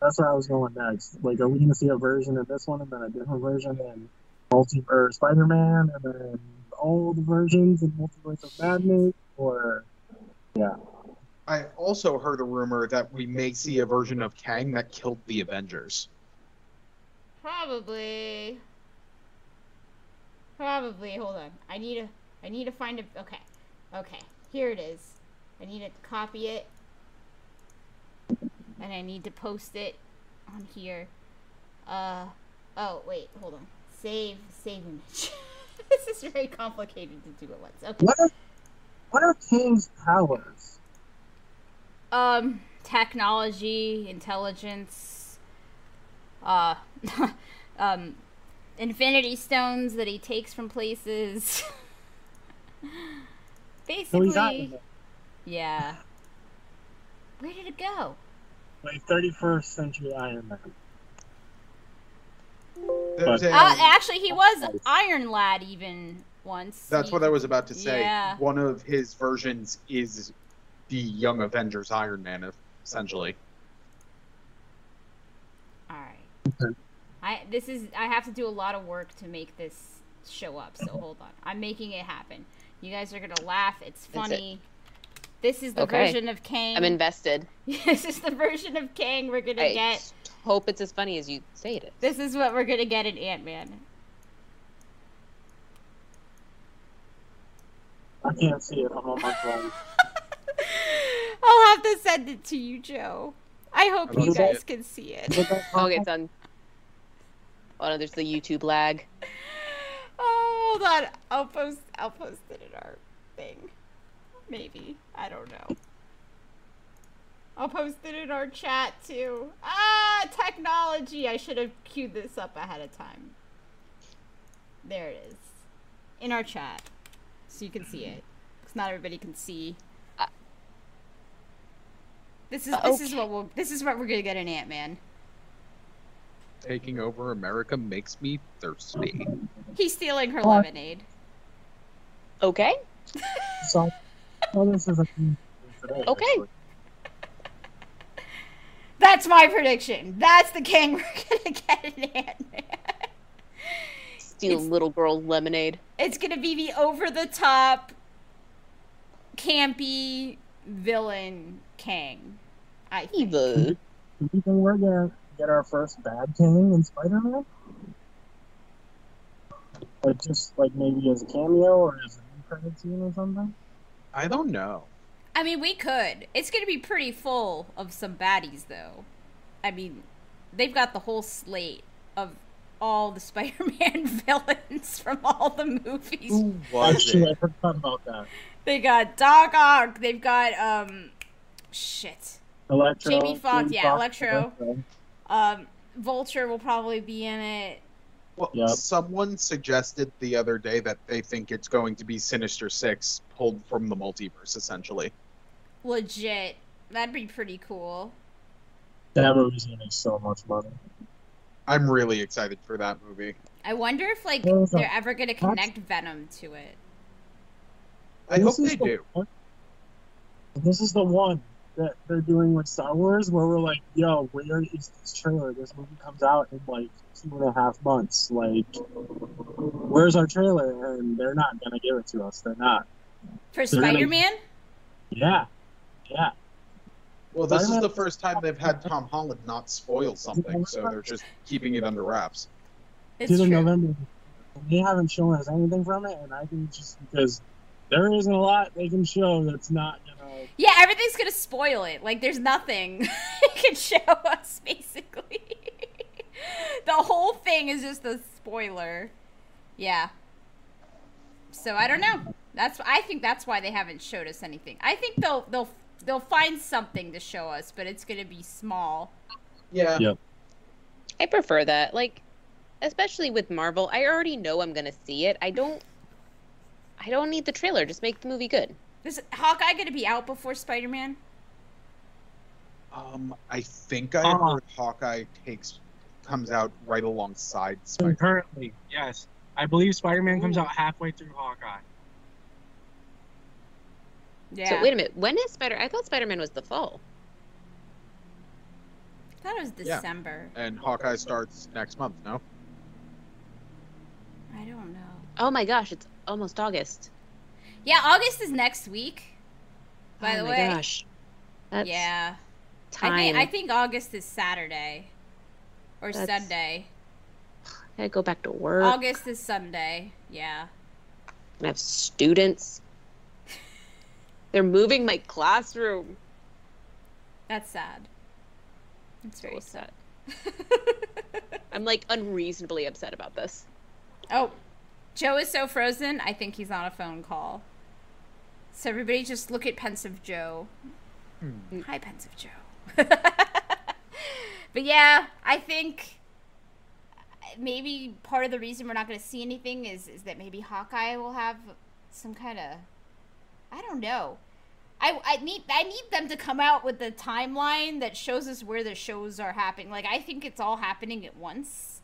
That's where I was going next. Like, are we going to see a version of this one and then a different version and multi or Spider Man and then all the versions and multiverse of madness or
I also heard a rumor that we may see a version of Kang that killed the Avengers.
Probably. Probably. Hold on. I need a. I need to find a. Okay. Okay. Here it is. I need to copy it. And I need to post it on here. Uh. Oh wait. Hold on. Save. Save image. this is very complicated to do at once. Okay.
what? Are, what are Kang's powers?
Um. Technology, intelligence. Uh. um. Infinity stones that he takes from places.
So
Basically,
he's not in the
yeah. Where did it go?
like 31st century Iron Man.
There's a-
Uh, actually, he was Iron Lad even once.
oh, that's
He-
what I was about to say.
Yeah.
One of his versions is the Young Avengers Iron Man, essentially.
All right.
Okay.
I this is I have to do a lot of work to make this show up. So hold on, I'm making it happen. You guys are gonna laugh. It's
That's it.
funny. This is the
Okay.
version of Kang.
I'm invested.
this is the version of Kang we're gonna
I
get.
just hope it's as funny as you say it is.
This is what we're gonna get in Ant Man.
I can't see it. I'm on my phone.
I'll have to send it to you, Joe. I hope
I
you
love
guys
it.
can see it.
Is that-
Oh, it's on. Oh no, there's the YouTube lag.
Oh, hold on. I'll post. I'll post it in our thing. Maybe I don't know. I'll post it in our chat too. Ah, technology. I should have queued this up ahead of time. There it is, in our chat, so you can see it. Because not everybody can see.
Uh,
This is this is what we'll this is what we're gonna get in Ant Man.
Taking over America makes me thirsty.
He's stealing her lemonade.
Okay.
So, oh, this is a today,
Okay.
actually.
That's my prediction. That's the king we're gonna get in Ant Man.
Steal
It's-
little girl lemonade.
It's gonna be the over the top, campy villain Kang.
Hmm.
I think.
Evil.
Do you think we're gonna get our first bad king in Spider-Man? Like just like maybe as a cameo or as an end credit scene or something?
I don't know.
I mean, we could. It's gonna be pretty full of some baddies, though. I mean, they've got the whole slate of all the Spider-Man villains from all the movies.
Who was
Actually, I
it?
forgot about that.
They got Doc Ock. They've got um, shit.
Electro.
Jamie Foxx,
Jamie
yeah,
Foxx,
Electro. Um, Vulture will probably be in it.
Well,
Yep.
Someone suggested the other day that they think it's going to be Sinister Six pulled from the multiverse, essentially.
Legit. That'd be pretty cool.
That movie's gonna make so much money.
I'm really excited for that movie.
I wonder if like
There's a-
they're ever gonna connect Venom to it.
I
This
hope
is
they
the
do.
one- This is the one that they're doing with Star Wars, where we're like, "Yo, where is this trailer? This movie comes out in like two and a half months. Like, where's our trailer?" And they're not gonna give it to us. They're not.
For
They're gonna-
Spider Man?
Yeah, yeah.
Well, this is
Spider-Man-
the first time they've had Tom Holland not spoil something, so they're just keeping it under wraps.
It's
Did
true.
another movie. And They haven't shown us anything from it, and I think it's just because there isn't a lot they can show that's not gonna.
Yeah, everything's gonna spoil it. Like there's nothing it can show us basically. the whole thing is just a spoiler. Yeah. So I don't know. That's I think that's why they haven't showed us anything. I think they'll they'll they'll find something to show us, but it's gonna be small.
Yeah.
Yeah.
I prefer that. Like, especially with Marvel, I already know I'm gonna see it. I don't. I don't need the trailer. Just make the movie good.
Is Hawkeye gonna be out before Spider Man?
Um, I think I
Uh-huh.
heard Hawkeye takes comes out right alongside Spider.
Currently, yes, I believe Spider-Man comes out halfway through Hawkeye.
Yeah.
So wait a minute. When is Spider? I thought Spider Man was the fall.
I thought it was
Yeah.
December.
And Hawkeye starts next month. No,
I don't know.
Oh my gosh, it's almost August.
Yeah, August is next week. By
oh
the
my
way.
gosh. That's
yeah.
time.
I think I think August is Saturday or
That's-
Sunday.
gotta go back to work.
August is Sunday. Yeah.
I have students. They're moving my classroom.
That's sad. It's very
What's
sad.
that? I'm like unreasonably upset about this.
oh, Joe is so frozen. I think he's on a phone call. So everybody just look at Pensive Joe. Hi, Pensive Joe. but yeah, I think maybe part of the reason we're not going to see anything is is that maybe Hawkeye will have some kind of I don't know. I, I need I need them to come out with the timeline that shows us where the shows are happening. Like I think it's all happening at once.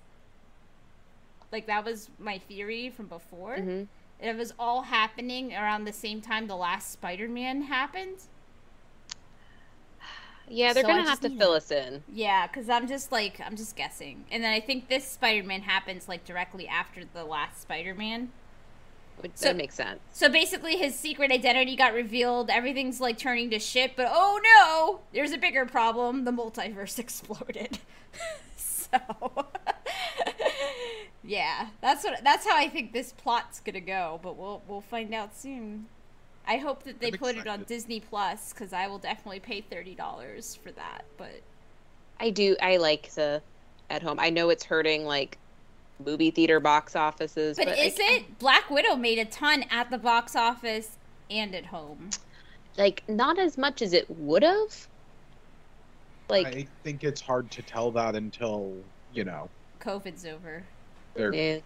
Like that was my theory from before.
Mhm.
It was all happening around the same time the last Spider-Man happened.
Yeah, they're
So I
gonna have
just
to
need
fill
it.
us in.
Yeah, because I'm just like I'm just guessing, and then I think this Spider-Man happens like directly after the last Spider-Man.
Which
So-
that makes sense.
So basically, his secret identity got revealed. Everything's like turning to shit, but oh no, there's a bigger problem: the multiverse exploded. so, yeah, that's what that's how I think this plot's gonna go. But we'll we'll find out soon. I hope that they
I'm
put it on
excited.
Disney Plus because I will definitely pay thirty dollars for that. But
I do. I like the at home. I know it's hurting like movie theater box offices,
but,
but,
is
like,
it Black Widow made a ton at the box office and at home?
like not as much as it would have? Like
I think it's hard to tell that until you know
COVID's over.
there
yeah,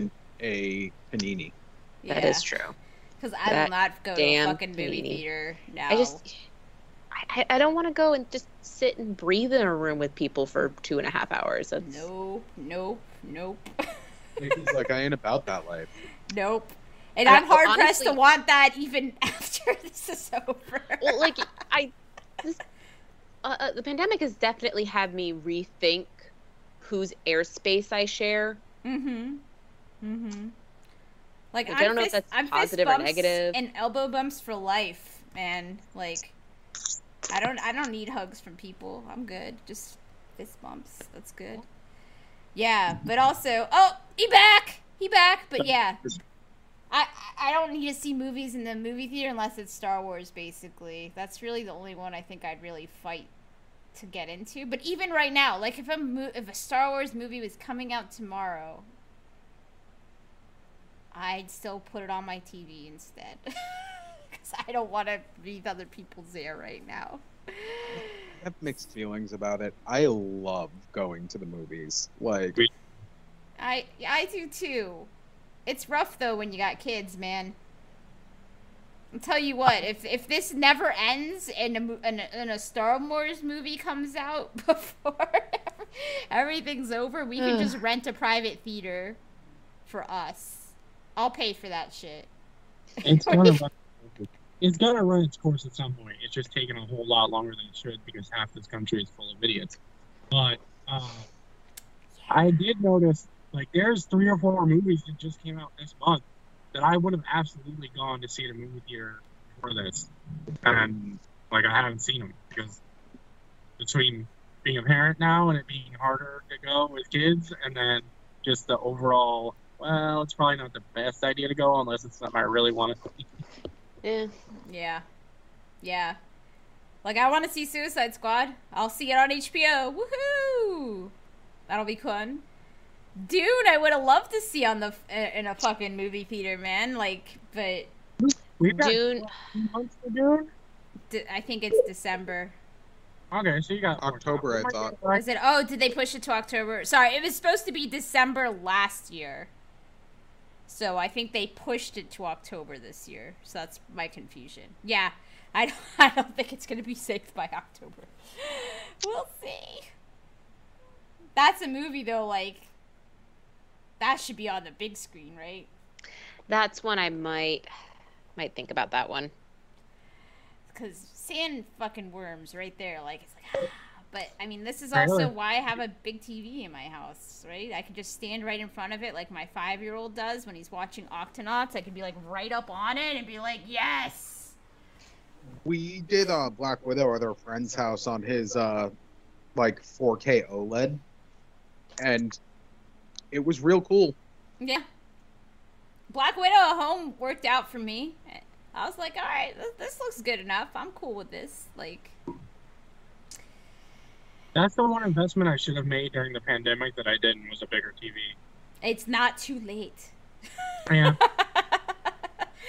not a panini.
Yeah,
that is true.
Because I will
that
not go to a
damn
fucking movie
panini.
theater now.
I just I, I I don't want to go and just sit and breathe in a room with people for two and a half hours. That's,
nope, nope, nope,
He's like, I ain't about that life.
nope. And
I-
I'm hard pressed to
honestly-
want that even after this is over.
Well, like I, this, uh, uh, the pandemic has definitely had me rethink whose airspace I share.
Mm-hmm. Mm-hmm. Like,
Like,
I'm
I don't know if
fist,
that's
I'm fist
positive or
bumps
negative.
And elbow bumps for life, man. Like, I don't, I don't need hugs from people. I'm good. Just fist bumps. That's good. Yeah, but also, oh, he back, he back. But yeah, I, I I don't need to see movies in the movie theater unless it's Star Wars. Basically, that's really the only one I think I'd really fight to get into. But even right now, like if a mo- if a Star Wars movie was coming out tomorrow, I'd still put it on my TV instead because I don't want to read other people's air right now.
I have mixed feelings about it. I love going to the movies. Like,
I I do too. It's rough though when you got kids, man. I'll tell you what, if if this never ends and a, mo- and a, and a Star Wars movie comes out before everything's over, we can
Ugh.
just rent a private theater for us. I'll pay for that shit.
It's gonna run. It's gonna run its course at some point. It's just taking a whole lot longer than it should because half this country is full of idiots. But uh, I did notice, like, there's three or four movies that just came out this month that I would have absolutely gone to see at a movie theater for this, and like I haven't seen them because between being a parent now and it being harder to go with kids, and then just the overall. Well, it's probably not the best idea to go unless it's something I really want to
Yeah.
Yeah. Yeah. Like I want to see Suicide Squad. I'll see it on HBO. Woohoo! That'll be fun. Dude, I would have loved to see on the in a fucking movie theater, man. Like, but
We've got
Dune.
two months for Dune.
d- I think it's December.
Okay, so you got more
October,
time.
I thought.
I said, oh, did they push it to October? Sorry, it was supposed to be December last year. So I think they pushed it to October this year. So that's my confusion. Yeah, I don't, I don't think it's going to be safe by October. We'll see. That's a movie, though, like, that should be on the big screen, right?
That's one I might might think about that one.
because sand fucking worms right there. Like it's like, ah. but I mean, this is also
Really?
why I have a big TV in my house, right? I could just stand right in front of it, like my five-year-old does when he's watching Octonauts. I could be like right up on it and be like, yes.
we did uh, Black Widow at our friend's house on his uh, like 4K OLED, E and it was real cool.
Yeah. Black Widow at home worked out for me. I was like, all right, th- this looks good enough. I'm cool with this. Like,
That's the one investment I should have made during the pandemic that I didn't was a bigger TV.
it's not too late.
Yeah,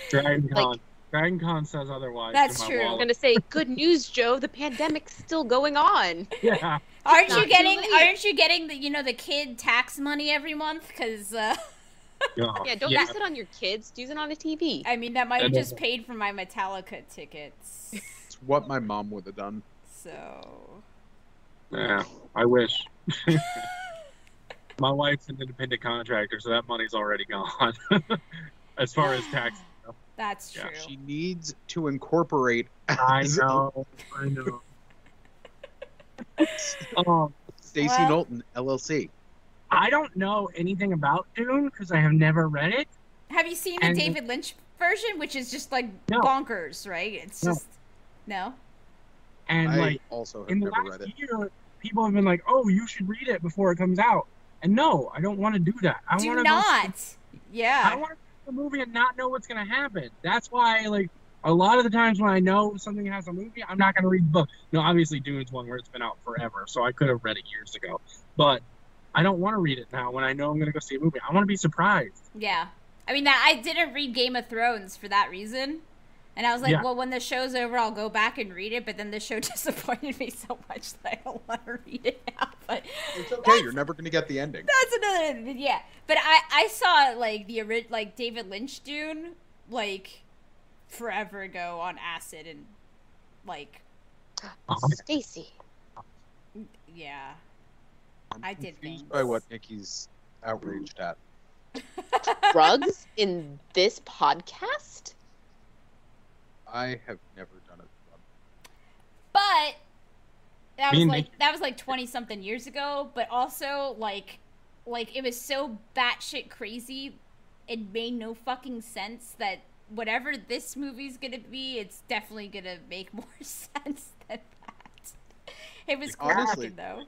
Dragon
Like-
Con. Dragon Con says otherwise.
That's
to my
true.
I'm
wallet.
gonna say, good news, Joe. The pandemic's still going on.
Yeah,
Aren't
Not
you
too
getting?
late.
Aren't you getting the you know the kid tax money every month? Because uh,
yeah.
Yeah, don't use it on your kids. Use it on a TV.
I mean that might have
That
just
is-
paid for my Metallica tickets.
It's what my mom would have done.
So
Yeah, I wish. my wife's an independent contractor, so that money's already gone. as far as tax,
that's true.
Yeah,
She needs to incorporate.
I
as
know, I know. um,
Stacy
Well-
Knowlton LLC.
I don't know anything about Dune because I have never read it.
Have you seen the
And-
David Lynch version, which is just like
No.
bonkers, right? It's
No.
just no.
And
I
like,
also have
in the
never read
last
it.
year, people have been like, "Oh, you should read it before it comes out," and no, I don't want to do that. I
Do
want to
not.
I
Yeah.
want to the movie and not know what's gonna happen. That's why, like, a lot of the times when I know something has a movie, I'm not going to read the book. No, obviously Dune's one where it's been out forever, so I could have read it years ago. But I don't want to read it now when I know I'm going to go see a movie. I want to be surprised.
Yeah. I mean, that I didn't read Game of Thrones for that reason. And I was like,
Yeah.
well, when the show's over, I'll go back and read it. But then the show disappointed me so much that I don't want to read it now. But
It's okay. You're never going to get the ending.
that's another yeah. But I I saw like the ori- like David Lynch Dune like forever ago on acid and like
Stacy.
yeah. I did
Confused
things.
by what Nikki's outraged at.
Drugs in this podcast?
I have never done it.
But that
Me
was
and
like that was like twenty something years ago. But also like like it was so batshit crazy, it made no fucking sense that whatever this movie's gonna be, it's definitely gonna make more sense than that. It was cool
Honestly.
looking though.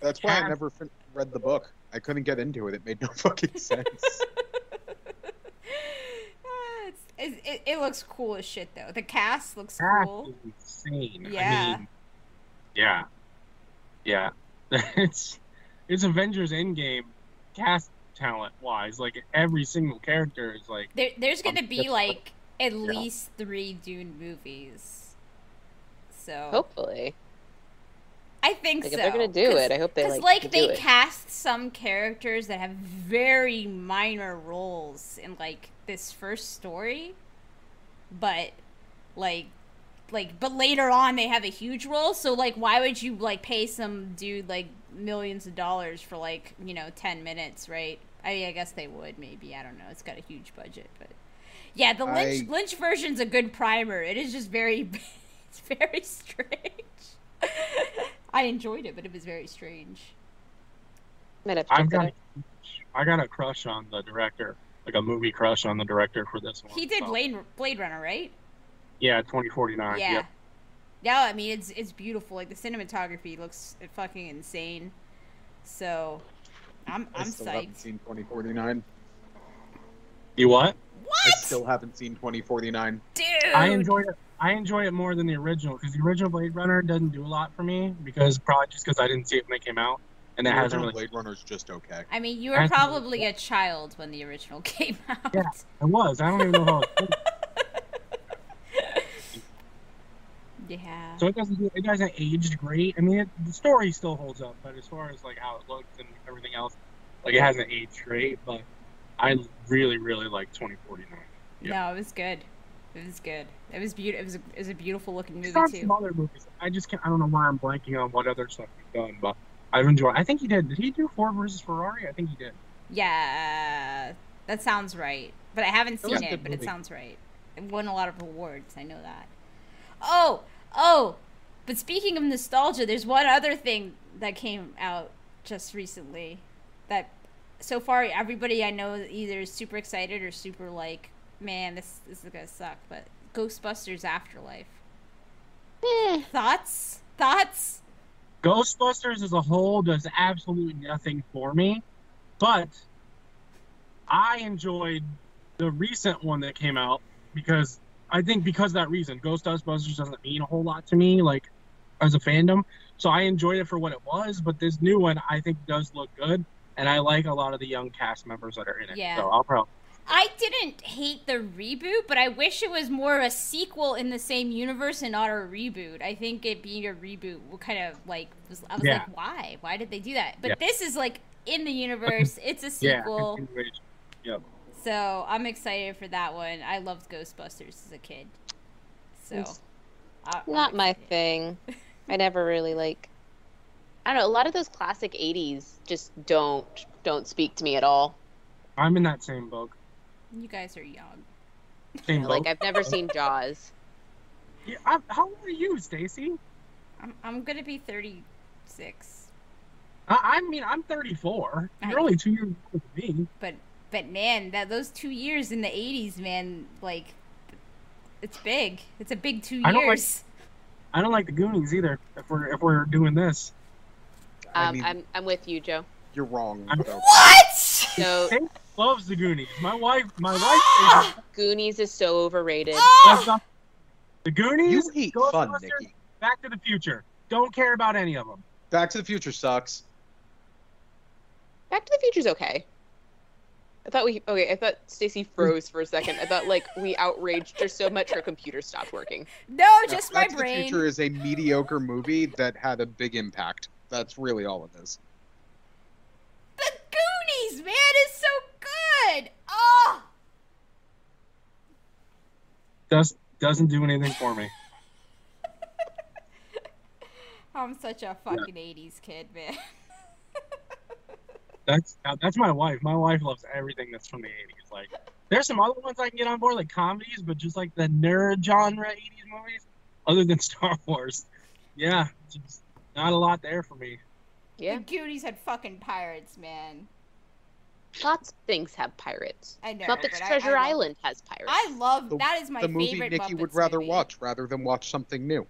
That's why
Yeah.
I never fin- read the book. I couldn't get into it. It made no fucking sense.
Ah, it's, it's, it, it looks cool as shit though. The cast looks
That's
cool.
insane.
Yeah.
I mean, yeah. Yeah. it's it's Avengers Endgame cast talent wise. Like every single character is like
There, there's gonna
Um,
be
that's-
like at least three Dune movies. So
Hopefully.
I think
Like,
so.
if they're going to do it, I hope they
Because like,
like, do
they
it.
cast some characters that have very minor roles in like this first story, but like like but later on they have a huge role. So like why would you like pay some dude like millions of dollars for like you know ten minutes, right? I mean I guess they would maybe I don't know. It's got a huge budget, but yeah, the Lynch
I-
Lynch version's a good primer. It is just very it's very strange. I enjoyed it, but it was very strange.
Might have to
I've
check that
got
out.
a, I got a crush on the director. Like a movie crush on the director for this one.
He did
so-
Blade, Blade Runner, right?
Yeah, twenty forty nine.
yeah.
Yep.
No, I mean it's it's beautiful. Like the cinematography looks fucking insane. So, I'm
I
I'm
still haven't
psyched.
seen 2049.
You what?
I
What,
still haven't seen 2049.
dude?
I enjoy it. I enjoy it more than the original because the original Blade Runner doesn't do a lot for me because probably just because I didn't see it when it came out and it
The
hasn't
original
really.
Blade Runner's just okay.
I mean, you
I
were
enjoy it.
probably a child when the original came out.
Yeah. It was. I don't even know how. It was.
Yeah.
So it doesn't. do- It doesn't age great. I mean, it, the story still holds up, but as far as like how it looked and everything else, like it hasn't aged great. But I really, really like twenty forty nine.
No, it was good. It was good. It was beautiful. It was a, it was a beautiful looking movie
He's done
too.
some other movies. I just can't. I don't know why I'm blanking on what other stuff he's done, but I've enjoyed. I think he did. Did he do Ford versus Ferrari? I think he did.
Yeah, that sounds right. But I haven't
was
seen
a
it,
good
but it
movie.
sounds right. It won a lot of awards, I know that. Oh, oh, but speaking of nostalgia, there's one other thing that came out just recently that so far everybody I know either is super excited or super like, man, this, this is gonna suck, but Ghostbusters Afterlife.
Eh,
Thoughts? Thoughts?
Ghostbusters as a whole does absolutely nothing for me, but I enjoyed the recent one that came out because I think because of that reason, Ghostbusters doesn't mean a whole lot to me, like as a fandom. So I enjoyed it for what it was, but this new one I think does look good, and I like a lot of the young cast members that are in it.
Yeah.
So I'll probably
I didn't hate the reboot, but I wish it was more of a sequel in the same universe and not a reboot. I think it being a reboot will kind of like was, I was
Yeah.
like, why? Why did they do that? But
Yeah.
this is like in the universe. It's a
yeah.
sequel,
continuation. Yep.
so I'm excited for that one. I loved Ghostbusters as a kid, so
It's
I- I'm
Not my
excited.
thing. I never really like. I don't know. A lot of those classic '80s just don't don't speak to me at all.
I'm in that same boat.
You guys are young.
Same
You know,
boat.
Like I've never seen Jaws.
Yeah, I'm- how old are you, Stacy?
I'm I'm gonna be 36,
I, I mean, I'm 34. You're
I-
only two years older than me.
but but man, that those two years in the 80s, man, like it's big. It's a big two
I don't like-
years.
I don't like the Goonies either. If we're if we're doing this,
Um,
I mean,
I'm I'm with you, Joe.
you're wrong.
I'm-
though.
What?
So
Ah!
Stacy loves the Goonies. My wife, my wife, is,
Goonies is so overrated.
Oh!
that's not The
You
Goonies,
hate
Ghostbusters,
fun, Nikki.
Back to the Future. Don't care about any of them.
Back to the Future sucks.
Back to the Future's okay. I thought we okay. I thought Stacy froze for a second. I thought like we outraged her so much her computer stopped working.
No, just my
Back to the
brain.
Future is a mediocre movie that had a big impact. That's really all it is.
The Goonies, man, is so good. Oh,
Does doesn't do anything for me.
I'm such a fucking '80s kid, man.
That's uh, that's my wife. My wife loves everything that's from the '80s. Like, there's some other ones I can get on board, like comedies, but just like the nerd genre '80s movies, other than Star Wars. Yeah, just not a lot there for me.
Yeah,
The Goonies had fucking pirates, man.
lots of things have pirates.
I know.
Muppets
but I-
Treasure
I, love-
Island has pirates.
I love
The-
that is my
the movie
favorite.
Nikki would
Muppets
rather
movie.
watch rather than watch something new.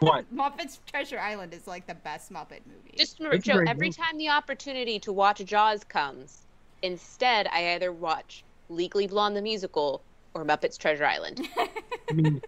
What?
Muppets Treasure Island is like the best Muppet movie.
Just remember,
It's a
Joe,
great
every
movie.
time the opportunity to watch Jaws comes, instead I either watch Legally Blonde the musical or Muppets Treasure Island.
I mean,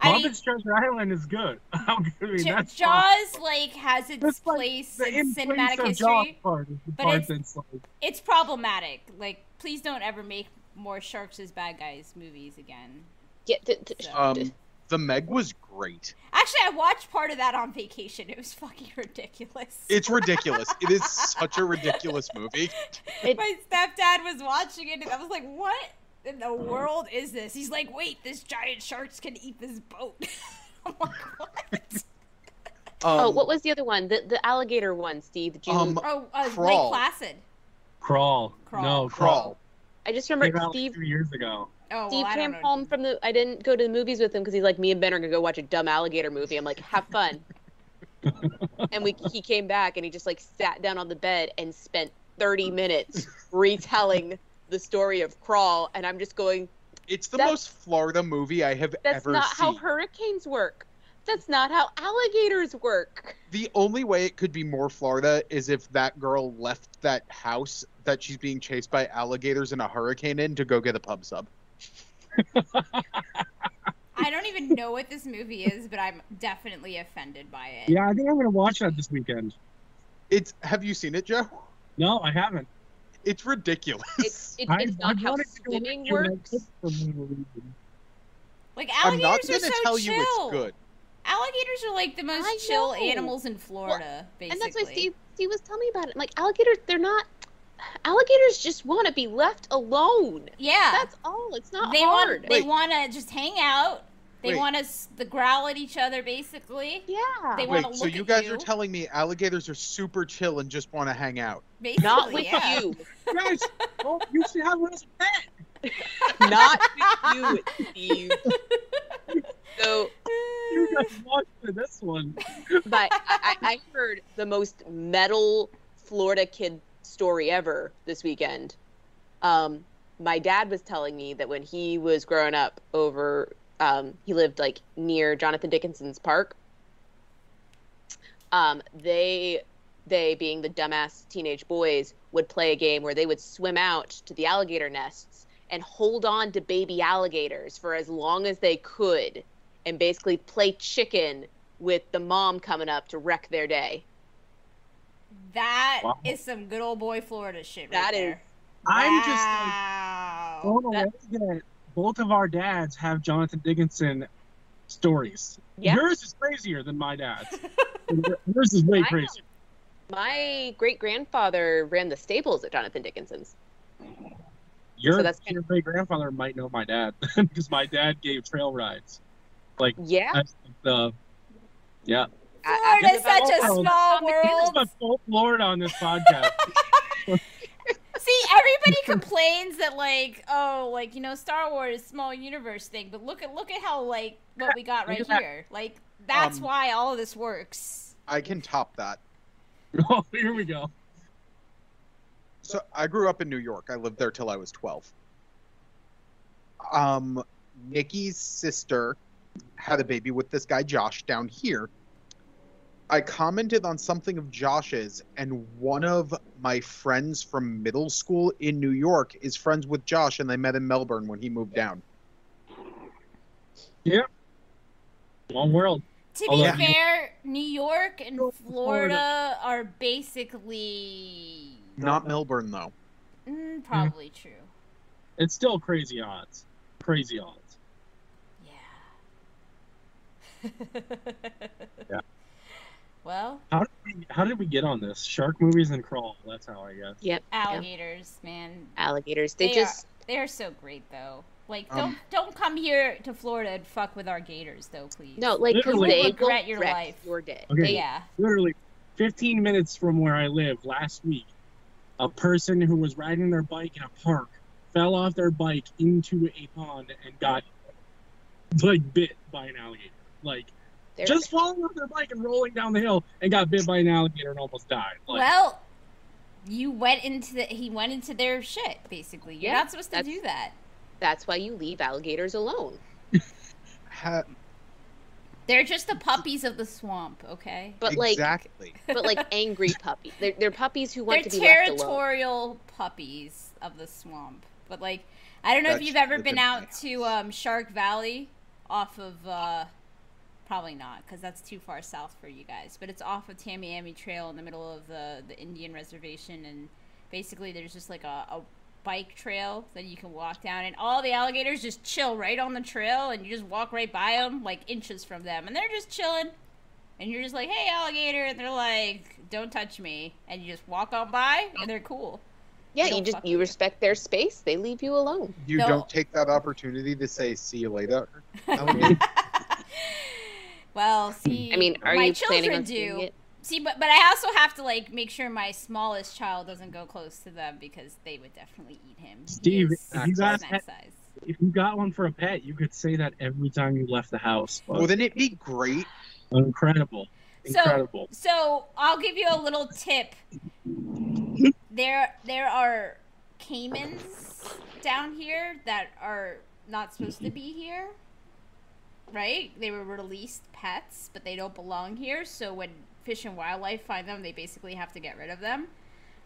I mean,
Muppets Treasure Island is good. I mean,
J-
that's
Jaws like has its
It's like
place
the
in
in place
cinematic
of
history.
Jaws part is the
but
part
it's-
that's like
It's problematic. Like, please don't ever make more sharks as bad guys movies again.
Yeah, th- th-
So-
Um, the Meg was great.
Actually, I watched part of that on vacation. It was fucking ridiculous.
It's ridiculous. it is such a ridiculous movie.
It-
My stepdad was watching it, and I was like, "What in
Oh.
the world is this?" He's like, "Wait, this giant sharks can eat this boat." I'm like, "What?"
oh,
Um,
what was the other one? The the alligator one, Steve. Did you-
um,
oh, uh, Lake
Crawl.
Placid.
crawl.
Crawl.
No,
Crawl.
I just
Came
remember
out like
Steve.
two years ago.
Oh,
Steve
well, I
came
don't know.
home from the. I didn't go to the movies with him because he's like, me and Ben are gonna go watch a dumb alligator movie. I'm like, have fun. and we he came back and he just like sat down on the bed and spent 30 minutes retelling the story of Crawl. And I'm just going,
It's the
That's-
most Florida movie I have
that's
ever
not how
seen.
hurricanes work. That's not how alligators work.
The only way it could be more Florida is if that girl left that house that she's being chased by alligators in a hurricane in to go get a pub sub.
I don't even know what this movie is, but I'm definitely offended by it.
Yeah, I think I'm gonna watch that this weekend.
It's have you seen it, Joe?
No, I haven't.
It's ridiculous.
It's, it,
I,
it's not
I
how
wanted to go
swimming
with you, and I
works.
couldn't for whatever reason.
Like
I'm
alligators
not
are
gonna
so
tell
chill.
you it's good.
Alligators are like the most
I
chill
know.
animals in Florida, basically.
And that's why Steve, Steve was telling me about it. I'm like, alligators, they're not. Alligators just want to be left alone.
Yeah,
That's all. It's not
they
hard.
want they
Wait.
want to just hang out. They
Wait.
want us to growl at each other, basically.
yeah.
They
Wait,
wanna
so
look
you
at
guys
you.
are telling me alligators are super chill and just want to hang out?
Basically,
not with
yeah.
you.
Guys, well, Oh, you should have us pet.
Not with you, Steve. So,
You guys watched this one.
but I, I I heard the most metal Florida kid story ever this weekend. Um, my dad was telling me that when he was growing up over, um, he lived like near Jonathan Dickinson's park. Um, they, they being the dumbass teenage boys, would play a game where they would swim out to the alligator nests and hold on to baby alligators for as long as they could, and basically play chicken with the mom coming up to wreck their day.
That is
Wow.
some good old boy Florida shit. Right
That is-
there.
I'm just like
wow.
blown away that both of our dads have Jonathan Dickinson stories.
Yeah.
Yours is crazier than my dad's. Yours is way
I know.
crazier.
My great grandfather ran the stables at Jonathan Dickinson's.
Your,
So that's kind
your great grandfather might know my dad because my dad gave trail rides.
Yeah.
That's the yeah.
I-
Florida is
I-
such a
Oh,
small
Here's
world.
my full Florida on this podcast.
See, everybody complains that like, oh, like you know, Star Wars small universe thing, but look at look at how like what we got right
Look at that.
here. Like that's
Um,
why all of this works.
I can top that.
oh, here we go.
So I grew up in New York. I lived there till I was 12. Um, Nikki's sister had a baby with this guy Josh down here. I commented on something of Josh's, and one of my friends from middle school in New York is friends with Josh, and they met in Melbourne when he moved down.
Yep. One world.
To be
Although- Yeah.
fair, New York and
Florida.
Florida are basically
Not Melbourne though.
mm, probably true.
It's still crazy odds. Crazy odds.
Yeah.
Yeah.
Well,
How did we get on this? Shark movies and crawl. That's how I guess.
Yep. yep.
alligators, man,
Alligators. They,
They are-
just
they are so great though. Like,
Um,
don't don't come here to Florida and fuck with our gators though, please.
no, like
Literally-
they
You will regret
will
your
wreck
life.
Your day.
Okay.
They-
Yeah.
Literally, 15 minutes from where I live last week, a person who was riding their bike in a park fell off their bike into a pond and got like bit by an alligator. Like
they're-
just falling off their bike and rolling down the hill and got bit by an alligator and almost died. Like,
Well, you went into the he went into their shit basically. You're
Yeah,
not supposed to
that's-
do that.
that's why you leave alligators alone.
Ha-
They're just the puppies of the swamp, okay?
But like,
exactly.
but like angry puppy. They're, they're puppies who
They're
want to be left alone.
territorial puppies of the swamp. But like, I don't know if
That's
you've ever been
within my
out
house.
to um, Shark Valley, off of uh, probably not, because that's too far south for you guys. But it's off of Tamiami Trail in the middle of the the Indian reservation, and basically there's just like a, a bike trail that you can walk down, and all the alligators just chill right on the trail, and you just walk right by them, like inches from them, and they're just chilling. And you're just like, hey, alligator. And they're like, don't touch me. And you just walk on by, and they're cool.
Yeah,
They
you
don't
just
fuck
you
with you.
respect their space. They leave you alone.
You
No.
don't take that opportunity to say "see you later." alligator.
well, see,
I mean, are
my
you
children
planning on
do.
doing it?
See, but but I also have to like make sure my smallest child doesn't go close to them because they would definitely eat him.
Steve,
he is
if you guys
snack
had-
size.
if you got one for a pet, you could say that every time you left the house. Like,
Wouldn't it be great?
incredible,
So-
incredible.
So I'll give you a little tip. There there are caimans down here that are not supposed to be here. Right? They were released pets, but they don't belong here, so when fish and wildlife find them, they basically have to get rid of them.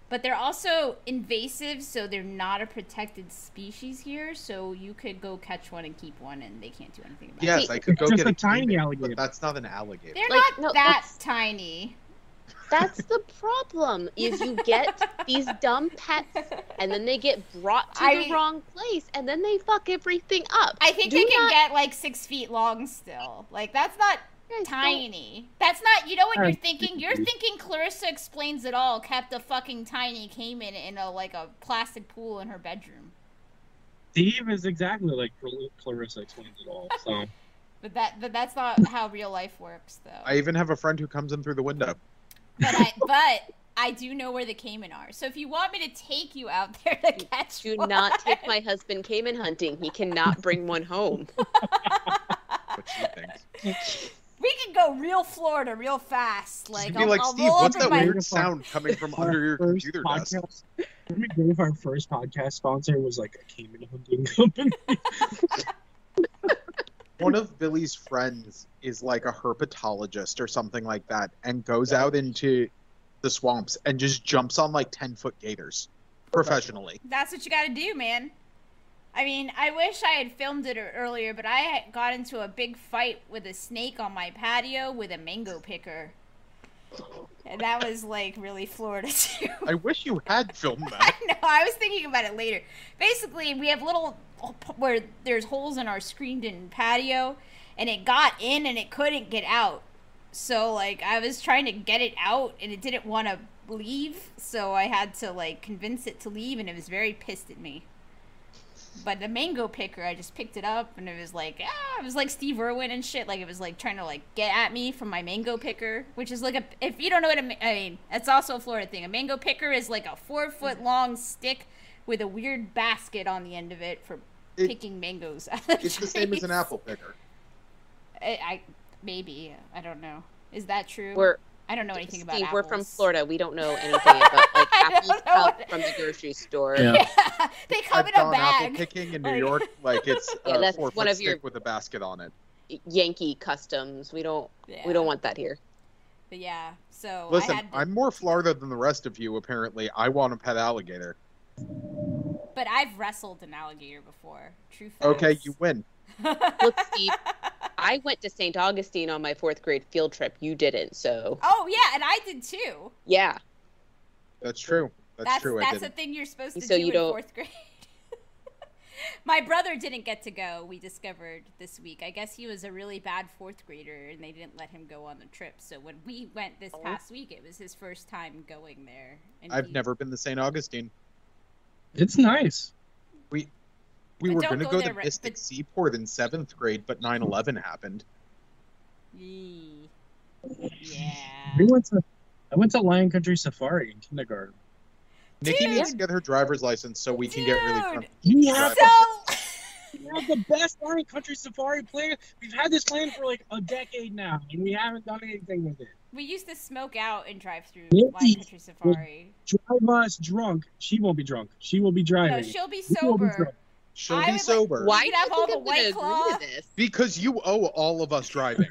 But they're also invasive, so they're not a protected species here, so you could go catch one and keep one and they can't do anything about it.
Yes, I could
It's
go
just
get
a tiny
caiman,
alligator.
But that's not an alligator.
They're
Like,
not
no,
that
that's-
tiny.
That's the problem. Is you get these dumb pets, and then they get brought to
I-
the wrong place, and then they fuck everything up.
I think
Do
they can
not-
get like six feet long still. Like that's not
guys, don't-
tiny. That's not. You know what
Uh,
you're thinking? You're thinking Clarissa explains it all. Kept a fucking tiny caiman in a like a plastic pool in her bedroom.
Steve is exactly like Clar- Clarissa explains it all. So
But that, but that's not how real life works, though.
I even have a friend who comes in through the window.
But I, but I do know where the caiman are. So if you want me to take you out there to catch
Do
one-
not take my husband caiman hunting. He cannot bring one home.
What she thinks.
we can go real Florida, real fast. Like,
You'd be
I'll,
like,
I'll
Steve,
roll
what's
up in
that
my
Beautiful.
weird sound coming from under your
Our first
computer desk?
podcast- Wouldn't it be great if our first podcast sponsor was like a caiman hunting company?
One of Billy's friends is like a herpetologist or something like that and goes out into the swamps and just jumps on like 10 foot gators professionally.
That's what you got to do, man. I mean, I wish I had filmed it er-, earlier, but I had got into a big fight with a snake on my patio with a mango picker. And that was like really Florida too.
I wish you had filmed
I
that.
know. I was thinking about it later. Basically, we have little oh, where there's holes in our screened-in patio, and it got in and it couldn't get out. So like I was trying to get it out, and it didn't want to leave. So I had to like convince it to leave, and it was very pissed at me. But the mango picker, I just picked it up, and it was like ah, it was like Steve Irwin and shit. Like it was like trying to like get at me from my mango picker, which is like a if you don't know what a ma- I mean, that's also a Florida thing. A mango picker is like a four
Mm-hmm.
foot long stick with a weird basket on the end of it for
It-
picking mangoes. Out of
It's the same as an
trees.
apple picker.
I, I maybe I don't know. Is that true?
We're
I don't know anything about
Steve, we're from
apples.
Florida. We don't know anything about like
I don't
apples
know
come
what-
from the grocery store.
Yeah.
Yeah, they come
I've
in a
gone apple
bag.
picking in New
Like-
York like it's
Yeah,
a
that's
four
one
foot
of your-
stick with a basket on it.
Yankee customs. We don't
Yeah.
we don't want that here.
But yeah, so I
Listen,
had to-
I'm more Florida than the rest of you, apparently. I want a pet alligator.
but I've wrestled an alligator before. True. Facts.
Okay, you win.
Look, Steve, I went to St. Augustine on my fourth grade field trip. You didn't, so
Oh yeah, and I did too.
yeah.
That's true. That's,
That's
true. I
that's a
didn't.
thing you're supposed to
So
do
you
in
don't-
fourth grade. My brother didn't get to go. We discovered this week. I guess he was a really bad fourth grader, and they didn't let him go on the trip. So when we went this
Oh.
past week, it was his first time going there. And
I've
he-
never been to St. Augustine.
It's nice.
We
But
were
don't
going to
go
go
there,
to
right,
Mystic
but-
Seaport in seventh grade, but 9 11 happened.
Yee.
We
Yeah.
went to I went to Lion Country Safari in kindergarten.
Nikki
Dude.
needs to get her driver's license so we can get really drunk.
You
have-
So
We have the best Lion Country Safari plan. We've had this plan for like a decade now, and we haven't done anything with it.
we used to smoke out and drive through
Nikki
Wine Country Safari.
Drive us drunk. She won't be drunk. She will be
No,
driving.
she'll be
Nikki will be
sober.
drunk.
She'll
I would
be
like-
sober.
Why
could
do you
have
think
all the
I'm
White
gonna
Claw.
agree to this?
Because you owe all of us driving.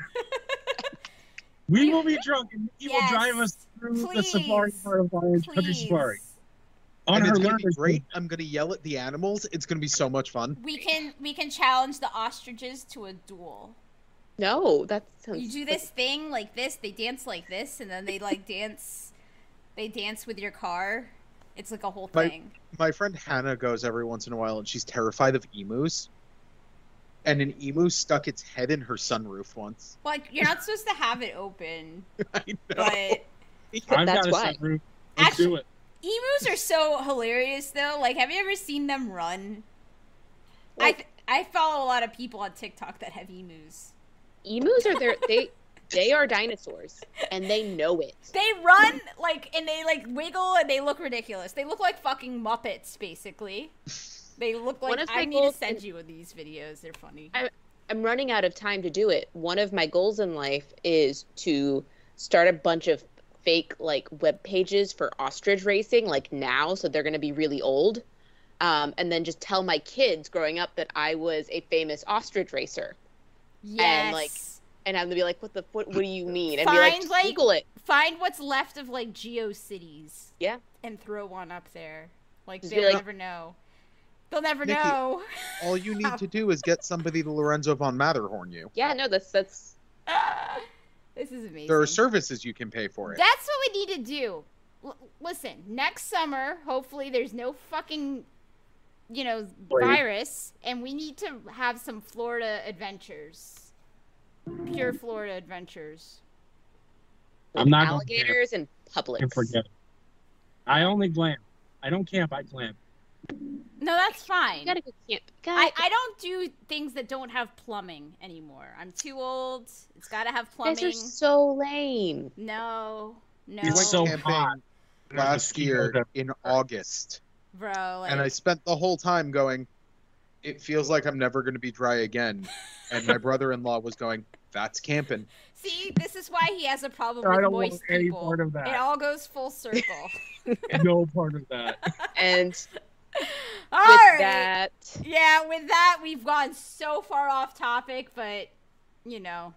we will be drunk, and
Yes.
Nikki will drive us through the safari
Please.
part of Lion Country
Please.
Safari on
and
her
it's going to be
learner's
great. I'm going to yell at the animals. It's going to be so much fun.
We can we can challenge the ostriches to a duel.
No, that sounds.
you do this thing like this they dance like this and then they like dance they dance with your car it's like a whole
My-
thing
My friend Hannah goes every once in a while and she's terrified of emus. And an emu stuck its head in her sunroof once.
like you're not supposed to have it open
I know.
but
I've
That's
got a
why.
sunroof. Let's
Actually-
do it.
emus are so hilarious though like have you ever seen them run i
Like,
th- i follow a lot of people on tiktok that have emus
emus are their they they are dinosaurs and they know it.
they run like and they like wiggle and they look ridiculous they look like fucking muppets basically they look
One
like
of my
i need to
goals
send
in-
you these videos they're funny
I- I'm running out of time to do it. One of my goals in life is to start a bunch of fake like web pages for ostrich racing like now so they're going to be really old. Um, and then just tell my kids growing up that I was a famous ostrich racer.
yes
and, like, And I'm going to be like, what the what, what do you mean? And be like,
Find,
"Just
like-
Google it.
find what's left of like geo cities
Yeah.
and throw one up there like
Just be
they'll
like-
never know they'll never
Nikki-
know
All you need to do is get somebody to Lorenzo von Matterhorn you.
Yeah, no, that's that's
Ah, this is amazing
There are services you can pay for it.
that's what we need to do L- listen next summer hopefully there's no fucking you know
Wait.
virus and we need to have some florida adventures pure florida adventures
I'm not going to camp
alligators and public.
and forget. it. I only glam. I don't camp. I glam.
no that's fine
You gotta go camp.
I,
God,
I don't do things that don't have plumbing anymore. I'm too old. It's got to have
you guys
plumbing.
are so lame.
no, no,
We
It's
went
so
camping
hot.
last year in August,
bro. Like,
and I spent the whole time going, It feels like I'm never going to be dry again. And my brother in law was going, That's camping.
see, this is why he has a problem
I
with
don't
moist
want any
people.
part of that.
It all goes full circle.
no part of that.
And
all
with
right.
that,
Yeah, with that we've gone so far off topic, but you know,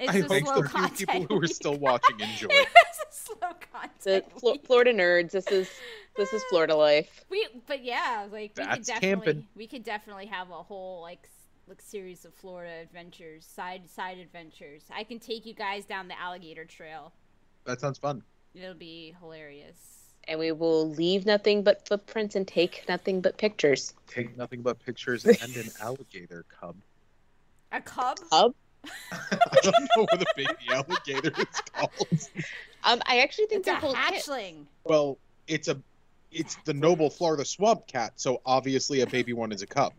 it's
I
a
hope
slow
the few
content.
people who are
week.
still watching enjoy.
it was a slow
the
content.
Flo-
week.
Florida nerds. This is this is Florida life.
We, but yeah, like we could
That's
definitely
camping.
we could definitely have a whole like s- like series of Florida adventures, side side adventures. I can take you guys down the alligator trail.
That sounds fun.
It'll be hilarious.
And we will leave nothing but footprints and take nothing but pictures.
Take nothing but pictures and an alligator cub.
A cub?
Hub.
I don't know what a baby alligator is called.
Um, I actually think
It's a
they're called kits.
hatchling.
Well, it's a it's the noble Florida swamp cat, so obviously a baby one is a cub.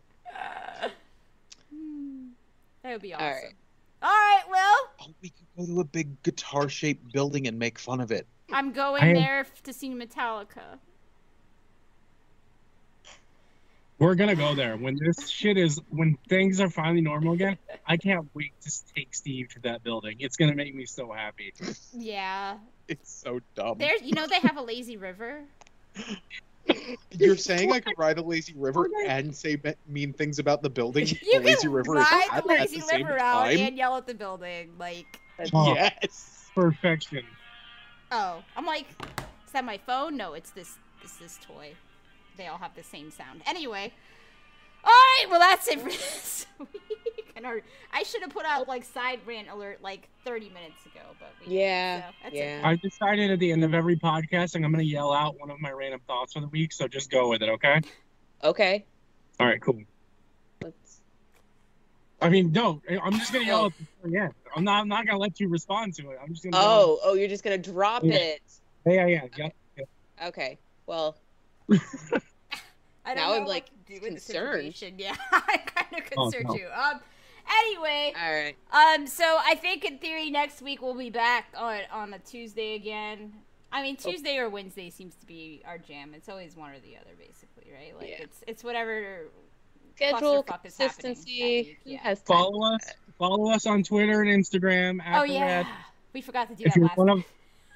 Hmm. That would be awesome. All
All right.
right, well,
Oh, we could go to a big guitar-shaped building and make fun of it.
I'm going
I am-
there f- to see Metallica.
We're gonna go there when this shit is when things are finally normal again. I can't wait to take Steve to that building. It's gonna make me so happy.
Yeah,
It's so dumb.
there's you know they have a lazy river.
You're saying I could ride a lazy river and say be- mean things about the building
You
the lazy
can
river is
ride
at,
the lazy
at the
river
same
out
time?
and yell at the building like.
Oh,
Yes.
Perfection.
Oh, I'm like, is that my phone? No, it's this. It's this toy. They all have the same sound. Anyway. All right. Well, that's it for this week. in our. I should have put out like side rant alert like 30 minutes ago, but we
Yeah,
so that's
yeah.
It.
I decided at the end of every podcast, I'm going to yell out one of my random thoughts for the week. So just go with it, okay?
Okay.
All right, cool.
Let's.
I mean, no, I'm just going to yell it. Yeah, I'm not. I'm not going to let you respond to it. I'm just going to.
Oh, oh, you're just gonna drop
Yeah.
it.
Oh.
Yeah, yeah, yeah. yeah.
Okay. Well,
I
now
don't know
I'm, like,
what to do with the
concerned.
situation. Yeah, I'm kind of
Oh,
concerned
no.
too. Um, anyway,
all right.
um, so I think in theory next week we'll be back on on a Tuesday again. I mean,
Oh.
Tuesday or Wednesday seems to be our jam. It's always one or the other, basically, right? Like
Yeah.
it's it's whatever.
Schedule
Clusterfuck is happening that
consistency.
week,
Who
yeah.
has time
Follow
for
us.
that?
Follow us on Twitter and Instagram.
Oh
After
yeah,
that,
we forgot to do
if
that
you're
last.
one of,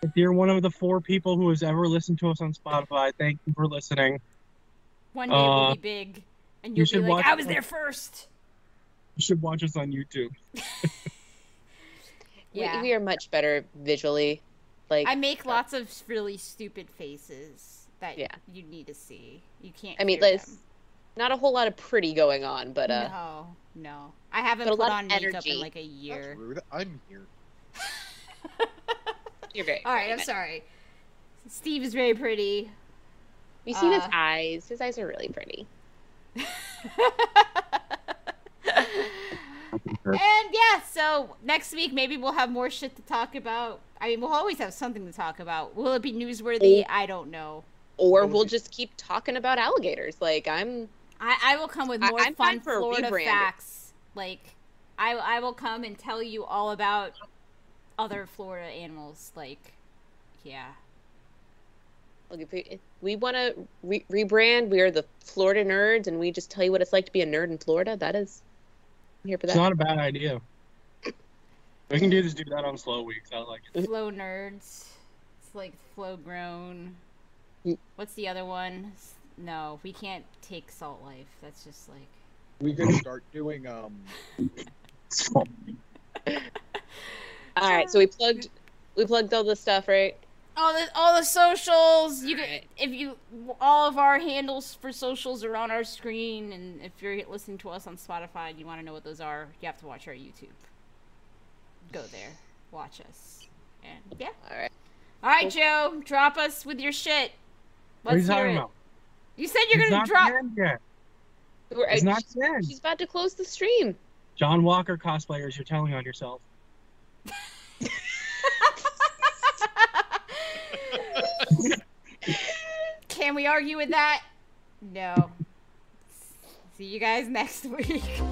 if you're one of the four people who has ever listened to us on Spotify, thank you for listening.
One day it will
Uh,
be big, and
you
you'll
should
be like,
watch-
"I was there first.
You should watch us on YouTube.
Yeah.
We, we are much better visually. Like
I make lots of really stupid faces that
Yeah.
you need to see. You can't.
I mean,
hear
there's
them.
not a whole lot of pretty going on, but uh,
no, no, I haven't
but a
put
lot of
on makeup in
energy.
like a year.
That's rude. I'm here.
you're very.
All right, I'm sorry. Steve is very pretty.
You seen his
Uh,
eyes? His eyes are really pretty.
And yeah, so next week maybe we'll have more shit to talk about. I mean, we'll always have something to talk about. Will it be
Oh.
newsworthy? I don't know.
Or
Totally.
we'll just keep talking about alligators. Like I'm.
I, I will come with
I-
more
I'm
fun
fine for a
Florida
rebrand.
facts. Like, I, I will come and tell you all about other Florida animals. Like, yeah.
Look, if we, we want to re- rebrand, we are the Florida nerds, and we just tell you what it's like to be a nerd in Florida. That is, I'm here for
It's
that.
not a bad idea. We can do this. Do that on slow weeks. I like it.
Flow nerds. It's like flow grown.
Mm.
What's the other one? S- No, we can't take salt life. That's just like.
We could start doing um.
All right, so we plugged, we plugged all this stuff, right?
all the all the socials. You can
Alright.
if you all of our handles for socials are on our screen, and if you're listening to us on Spotify and you want to know what those are, you have to watch our YouTube. Go there, watch us, and yeah.
All right.
All right, Joe, drop us with your shit.
What are
Let's
you
hear
talking
it.
about?
You said you're
it's
gonna
not
drop.
the end yet.
We're- uh,
It's not the end.
She's about to close the stream.
John Walker cosplayers, you're telling on yourself.
Can we argue with that? No. See you guys next week.